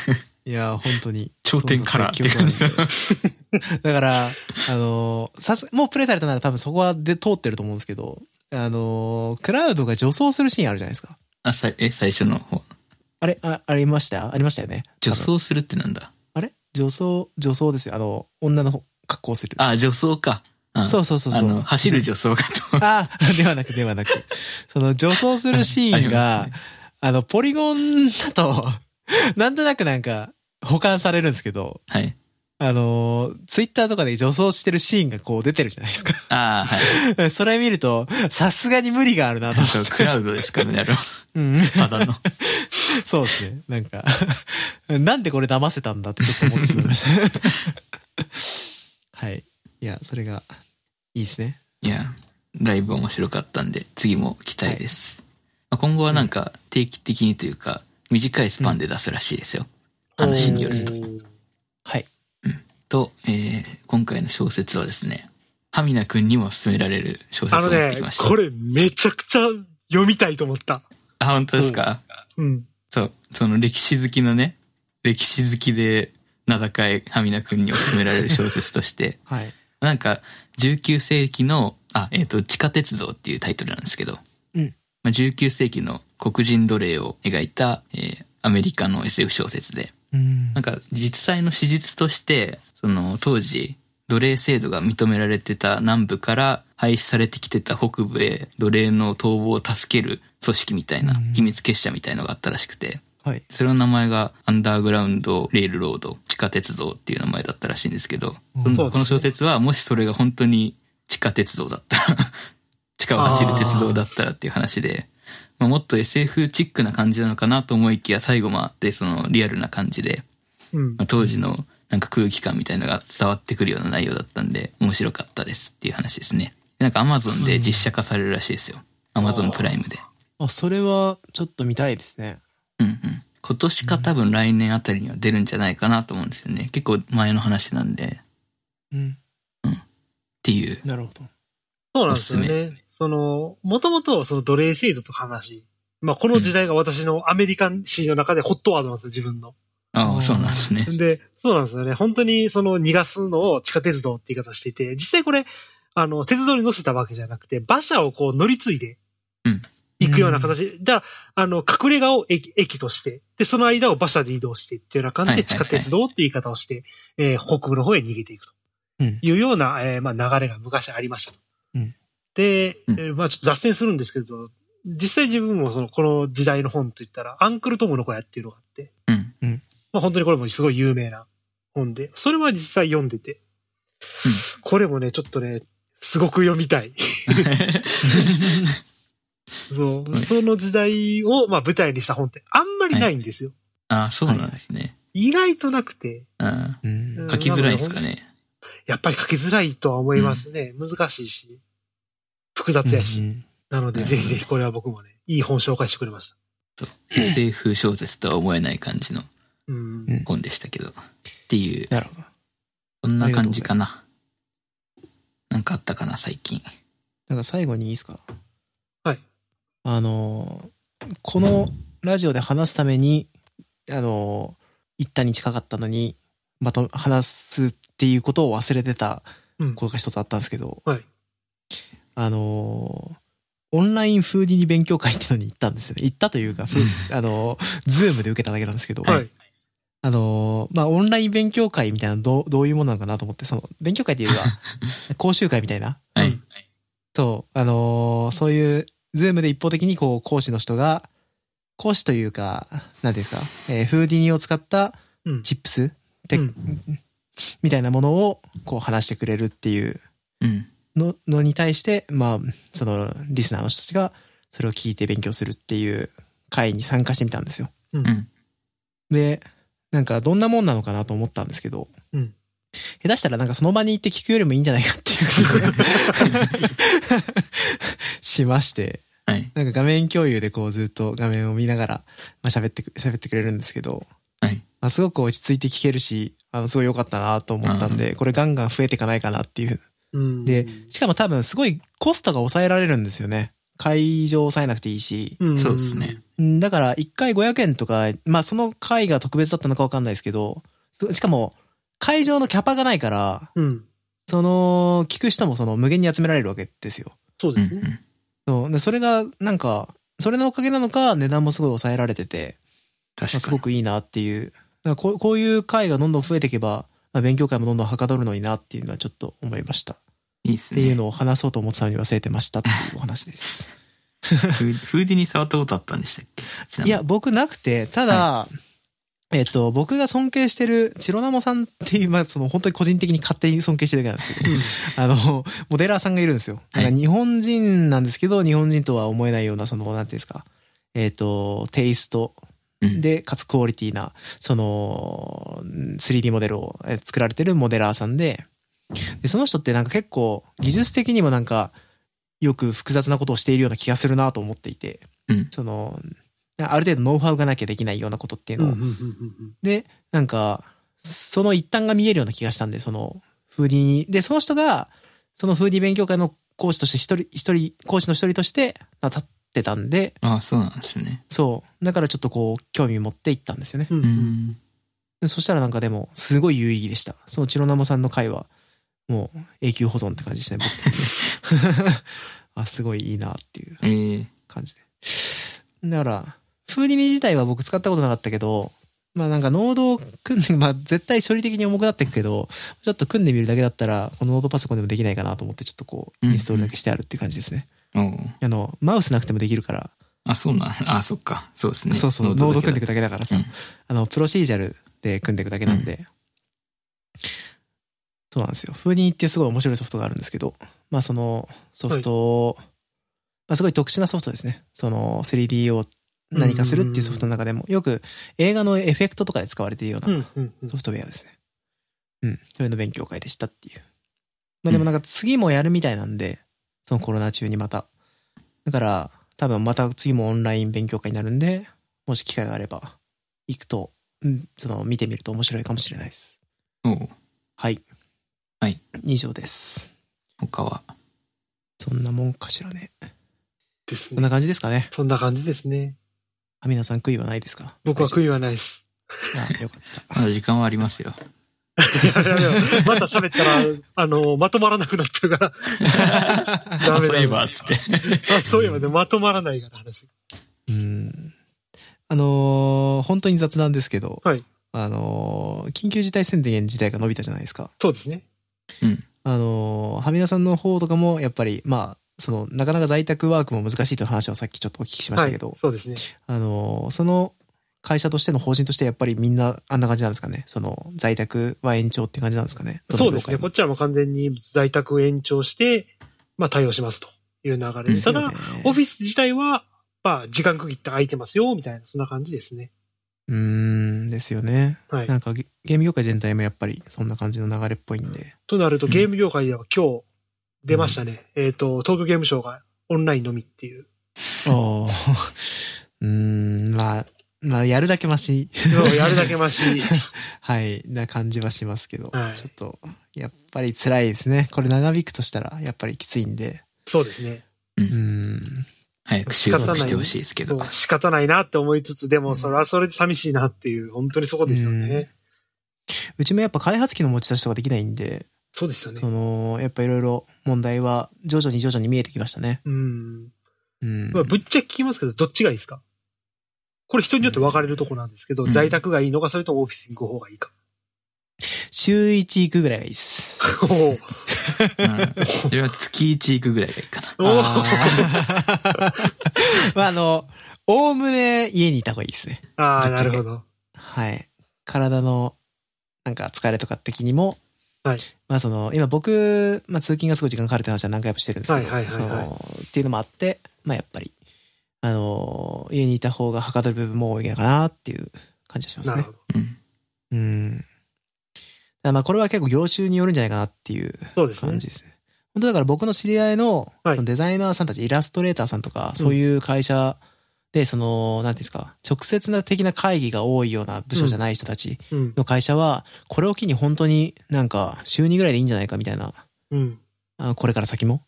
A: いや、本当に。
B: 頂点カラーっていう感じ。
A: *laughs* だから、あのーさす、もうプレイされたなら多分そこはで通ってると思うんですけど、あのークラウドが女装するシーンあるじゃないですか。
B: あ、さえ、最初の方。
A: あれ、あありましたありましたよね。
B: 女
A: 多分
B: 装するってなんだ
A: あれ女装、女装ですよ。あの、女の格好をする。
B: あ、女装か。うん
A: そうそうそうそう。
B: あの、走る女装かと *laughs* 思
A: *laughs*
B: っ
A: あ、ではなく、ではなく。その女装するシーン
B: あ
A: が
B: り、
A: あの、ポリゴンだと、 *laughs* なんとなくなんか、保管されるんですけど、
B: た。はい。
A: あのー、ツイッターとかで女装してるシーンがこう出てるじゃないですか。
B: ああ、は
A: *laughs*
B: い。
A: それ見ると、さすがに無理があるな
B: *laughs*
A: と。
B: そう、クラウドですからね、あれは。
A: うん。
B: ただの。
A: そうですね。なんか、 *laughs* なんでこれ騙せたんだってちょっと思ってしまいました。 *laughs* はい。いや、それが、いいですね。
B: いや、だいぶ面白かったんで、次も期待です。まあ今後はなんか、定期的にというか、短いスパンで出すらしいですよ。話によると。
C: と。
A: はい。
B: と、えー今回の小説はですね、ハミナ君にも勧められる小説
C: あの
B: を持っ
C: ね
B: てきま、した。
C: これめちゃくちゃ読みたいと思った。
B: あ、本当ですか
C: うん。
B: そう、その歴史好きのね、歴史好きで名高いハミナ君にお勧められる小説として、 *laughs*
A: はい。
B: なんか、19世紀の、あ、えっ、と、地下鉄道っていうタイトルなんですけど、
A: うん
B: まあ、19世紀の黒人奴隷を描いた、えーアメリカの SF 小説で、
A: うん
B: なんか実際の史実として、その当時、奴隷制度が認められてた南部から廃止されてきてた北部へ奴隷の逃亡を助ける組織みたいな
A: うん
B: 秘密結社みたいのがあったらしくて、
A: はい。
B: それの名前がアンダーグラウンドレールロード地下鉄道っていう名前だったらしいんですけど、そ
C: そうです
B: の
C: ね
B: この小説はもしそれが本当に地下鉄道だったら、 *laughs* 地下を走る鉄道だったらっていう話で、まあ、もっと SF チックな感じなのかなと思いきや最後までそのリアルな感じで、
C: うん
B: まあ、。当時のなんか空気感みたいのが伝わってくるような内容だったんで面白かったですっていう話ですね。なんか Amazon で実写化されるらしいですよ。Amazon プライムで。
A: あ、それはちょっと見たいですね。
B: うんうん。今年か多分来年あたりには出るんじゃないかなと思うんですよね。結構前の話なんで、っ
A: うん。
B: ていう。
A: なるほど。
C: そうなんですよ
B: お
C: ね。その、もともとその奴隷制度と話。まあ、この時代が私のアメリカン史の中でホットワードなんですよ、自分の。
B: あ
A: う
B: あ、
A: ん
B: そうなんですね。
C: *laughs* で、そうなんですよね。本当にその逃がすのを地下鉄道って言い方していて、実際これ、あの、鉄道に乗せたわけじゃなくて、馬車をこう乗り継いで
B: うん、
C: 行くような形。だからあの、隠れ家を駅駅として、で、その間を馬車で移動してっていうような感じ
B: は
C: で
B: いは
C: 地
B: いは
C: 下
B: い
C: 鉄道って言い方をして、えー北部の方へ逃げていくと
A: うん
C: いうような、えーまあ、流れが昔ありましたと。
A: うん
C: で、え
B: うん
C: ーまあ、ちょっと脱線するんですけど、実際自分もその、この時代の本といったら、アンクルトムの小屋っていうのがあって、
B: うん。
C: まあ本当にこれもすごい有名な本で、それは実際読んでて、これもね、ちょっとね、すごく読みたい。そう、
B: はい
C: その時代を、まあ、舞台にした本ってあんまりないんですよ。
B: *laughs* ああ、そうなんですね。
C: 意外となくて、
B: うん。
A: うん
C: うん
B: 書きづらいですかね。
C: やっぱり書きづらいとは思いますね。難しいし、複雑やし。
A: うん
C: なので、
B: うん
C: ぜひぜひこれは僕もね、いい本紹介してくれました。
B: SF 小説とは思えない感じの
C: うん。
A: うん
B: 本でしたけど。っていう、
A: なるほど。
B: こんな感じ
A: あ
B: か
A: り
B: な。なんかあったかな、最近。
A: なんか最後にいいですか
C: はい。
A: あのー、このラジオで話すために、あのー、一旦に近かったのに、まと、話すっていうことを忘れてた
C: うん
A: ことが一つあったんですけど、
C: はい
A: あのー、オンラインフーディニ勉強会ってのに行ったんですよね。行ったという *laughs* か、ふあのー、ズームで受けただけなんですけど、
C: はい。
A: あのーまあ、オンライン勉強会みたいなのどう、どういうものなのかなと思って、その、勉強会っていうよりは、講習会みたいな。
B: は
C: う
B: い
C: ん。
A: そう、あのーそういう、ズームで一方的にこう、講師の人が、講師というか、何ですか、えーフーディニを使った
C: うん。
A: チップスて
C: うん
A: みたいなものを、こう、話してくれるっていう
B: うん。
A: ののに対して、まあ、その、リスナーの人たちが、それを聞いて勉強するっていう会に参加してみたんですよ。
B: うん。
A: で、なんかどんなもんなのかなと思ったんですけど、
C: うん
A: 下手したらなんかその場に行って聞くよりもいいんじゃないかっていう感じが *laughs* しまして、
B: はい。
A: なんか画面共有でこうずっと画面を見ながら、まあ、喋ってく、喋ってくれるんですけど、
B: はい
A: まあ、すごく落ち着いて聞けるし、あの、すごい良かったなと思ったんで、これガンガン増えていかないかなっていう。
C: うん
A: で、しかも多分すごいコストが抑えられるんですよね。会場を抑えなくていいし、
C: ん
B: そうですね。
A: うんだから、1回500円とか、まあ、その回が特別だったのかわかんないですけど、そしかも、会場のキャパがないから、
C: うん。
A: その、聞く人もその、無限に集められるわけですよ。
C: そう
B: う
C: で
B: ん
C: すね。
A: そうでそれが、なんか、それのおかげなのか、値段もすごい抑えられてて、
B: 確
A: まあ
B: か
A: す
B: に
A: ご。くいいなっていう。だからこうこういう会がどんどん増えていけば、まあ勉強会もどんどんはかどるのになっていうのはちょっと思いました。っ
B: いいです
A: ていう
B: ね。
A: のを話そうと思ってたのに忘れてましたっていうお話です。
B: *laughs* フーフーディに触ったことあったんでしたっけちないみに
A: や、僕なくて、ただ、えっと、僕が尊敬してる、チロナモさんっていう、まあ、その、本当に個人的に勝手に尊敬してるだけなんですけど、あの、モデラーさんがいるんですよ。
B: はい
A: なんか日本人なんですけど、日本人とは思えないような、その、なんていうんですか、えっと、テイスト
B: うん
A: で、かつクオリティな、その、3D モデルをえ作られてるモデラーさんで、で、その人ってなんか結構、技術的にもなんか、よく複雑なことをしているような気がするなと思っていて、
B: うん
A: その、ある程度ノウハウがなきゃできないようなことっていう
C: うん
A: のを、
C: うんうんうんうん
A: で、なんか、その一端が見えるような気がしたんで、その、フーディに。で、その人が、そのフーディ勉強会の講師として一人、一人、講師の一人として、まあ立ってたんで、
B: ああ、そうなんですね。
A: そう。だからちょっとこう、興味持って行ったんですよね。
C: うんう
B: うんん。
A: でそしたらなんかでも、すごい有意義でした。そのチロナモさんの回は、もう永久保存って感じですね、僕的にあ、すごいいいなっていう
B: えー、
A: 感じで。だから、フーディミ自体は僕使ったことなかったけど、まあなんかノードを組んで、まあ絶対処理的に重くなっていくけど、ちょっと組んでみるだけだったら、このノードパソコンでもできないかなと思って、ちょっとこう、
B: う
A: イ
B: ん
A: ンストールだけしてあるっていう感じですね。
B: おう
A: あの、マウスなくてもできるから、
B: あ、そうなん、あ、そっか。そうですね。
A: そうそう、ノード組んでいく
B: だ
A: だけだからさ、
B: うん
A: あの、プロシージャルで組んでいくだけなんで、そうなんですよ。フーディーっていうすごい面白いソフトがあるんですけど、まあそのソフトを、まあすごい特殊なソフトですね。その 3D を何かするっていうソフトの中でも、よく映画のエフェクトとかで使われているよう
C: う
A: なん
C: うんうん
A: ソフトウェアですね。うん。それの勉強会でしたっていう。まあでもなんか次もやるみたいなんで、そのコロナ中にまた。だから多分また次もオンライン勉強会になるんで、もし機会があれば行くと、うん、その見てみると面白いかもしれないです。
B: け。おう
A: はい。
B: はい。
A: 以上です。
B: 他は。
A: そんなもんかしらね。
C: です
A: そん
C: ね。
A: な感じですかね。
C: そんな感じですね。
A: アミナさん悔いはないですか
C: 僕は悔いは
A: ない。
C: ないです。
A: あよかった。
B: まだ時間はありますよ。
C: やめろやめろ *laughs* また喋ったら、あの、まとまらなくなっちゃ
A: *laughs*
C: うから。 *laughs* ダメだ
B: そういえば、つって。
C: *laughs* あそういえばね、まとまらないから話。
A: うんあのー本当に雑談ですけど、
C: はい
A: あのー緊急事態宣言自体が伸びたじゃないですか。
C: そうですね。
A: あのーはみださんの方とかも、やっぱり、まあ、その、なかなか在宅ワークも難しいという話はさっきちょっとお聞きしましたけど、
C: はい、そうですね。
A: あのーその会社としての方針として、やっぱりみんなあんな感じなんですかね。その、在宅は延長って感じなんですかね。
C: そうですね。
A: ど
C: こっ
A: の
C: ちはもう完全に在宅延長して、まあ対応しますという流れ
B: う
C: で
B: ん
C: す。
A: 業
C: た
A: 界も
C: だ、オフィス自体は、まあ時間区切って空いてますよ、みたいな、そんな感じですね。
A: うーん、ですよね。
C: はい
A: な。んかゲ、ゲーム業界全体もやっぱり、そんな感じの流れっぽいんで。
C: となると、ゲーム業界では今日出ましたね。えっ、と、東京ゲームショウがオンラインのみっ
A: *laughs*
C: ていう。
A: おーうーん、まあ、まあ、やるだけマシ、
C: やるだけマシ。
A: はい、な感じはしますけど、
C: はい
A: ちょっと、やっぱり辛いですね。これ長引くとしたら、やっぱりきついんで、
C: そうですね。
A: うーん、
B: 早く収束してほしいですけ
C: そ
B: ど
C: う。仕方ないなって思いつつ、でもそれはそれで寂しいなっていう、本当にそこですよね。
A: うんうちもやっぱ開発機の持ち出しとかできないんで、
C: そうですよ
A: そ
C: ね。
A: の、やっぱいろいろ問題は徐々に徐々に見えてきましたね。
C: うん。
A: うん。
C: まあ、ぶっちゃけ聞きますけど、どっちがいいですかこれ人によって分かれるとこなんですけど、
B: うん
C: 在宅がいいのか、それともオフィスに行く方がいいか。
A: 週1行くぐらいがいいっす。
C: お *laughs* お
B: うんそれは月1行くぐらいがいいかな。
A: あー *laughs* まあ、あの、おおむね家にいた方がいいですね。
C: ああ、
A: ぶっ
C: な
A: ちゃけ
C: るほど。
A: はい。体の、なんか疲れとかって気にも、
C: はい
A: まあその、今僕、まあ通勤がすごい時間かかるって話は何回もしてるんですけど、
C: はいはいはいはい
A: その、っていうのもあって、まあやっぱり、あの、家にいた方がはかどる部分も多いのかなっていう感じがします
C: なる
A: ね
C: ほ。ど。
B: うん。
A: うん。だからまあこれは結構業種によるんじゃないかなっていう
C: そうですね
A: 感。じですね。本当だから僕の知り合いの
C: はい
A: そのデザイナーさんたち、イラストレーターさんとか、そういう会社で、その、なんていうんですか、直接な的な会議が多いような部署じゃない人たち
C: うん。
A: の会社は、これを機に本当になんか週2ぐらいでいいんじゃないかみたいな、
C: うん。
A: あこれから先も、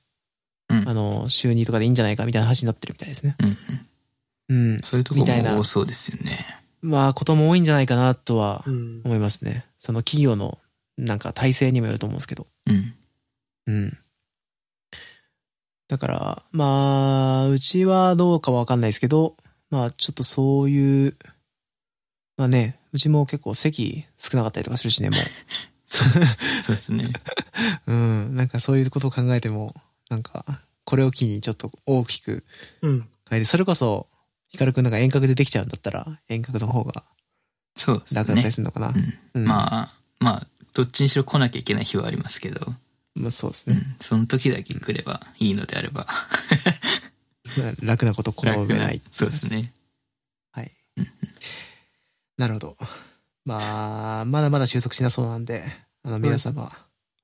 B: うん
A: あの、週2とかでいいんじゃないかみたいな話になってるみたいですね。
B: うんうん
A: うん。
B: そういうとこ
A: みたいな
B: も多そうですよね。
A: まあ、ことも多いんじゃないかなとは
C: うん。
A: 思いますね。その企業のなんか体制にもよると思うんですけど。
B: うん。
A: うん。だから、まあ、うちはどうかわかんないですけど、まあ、ちょっとそういう、まあね、うちも結構席少なかったりとかするしね、も *laughs*
B: そうそうですね。
A: う。うん。なんかそういうことを考えても、なんか、これを機にちょっと大きく
C: うん。
A: 変えて、それこそ、ヒカルくんなんか遠隔でできちゃうんだったら、遠隔の方が
B: そうですね。
A: 楽だったりするのかな。うん
B: まあ、まあ、どっちにしろ来なきゃいけない日はありますけど、
A: まあそうです
B: う
A: ね。
B: ん、その時だけ来ればいいのであれば、
A: 楽なことこの
B: *laughs*
A: 上ない。
B: そうですね。
A: はい
B: うんうん。
A: なるほど。まあ、まだまだ収束しなそうなんで、あの、皆様、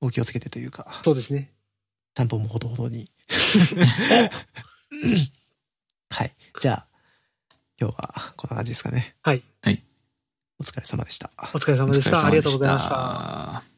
A: お気をつけてというか、
C: そうですね。
A: 担保もほどほど
B: *laughs*
A: に。はい。じゃあ、今日はこんな感じですかね。
C: はい。
B: はい。
A: おお疲れ様でした。
C: お疲れ様でした。ありがとうございました。
B: た。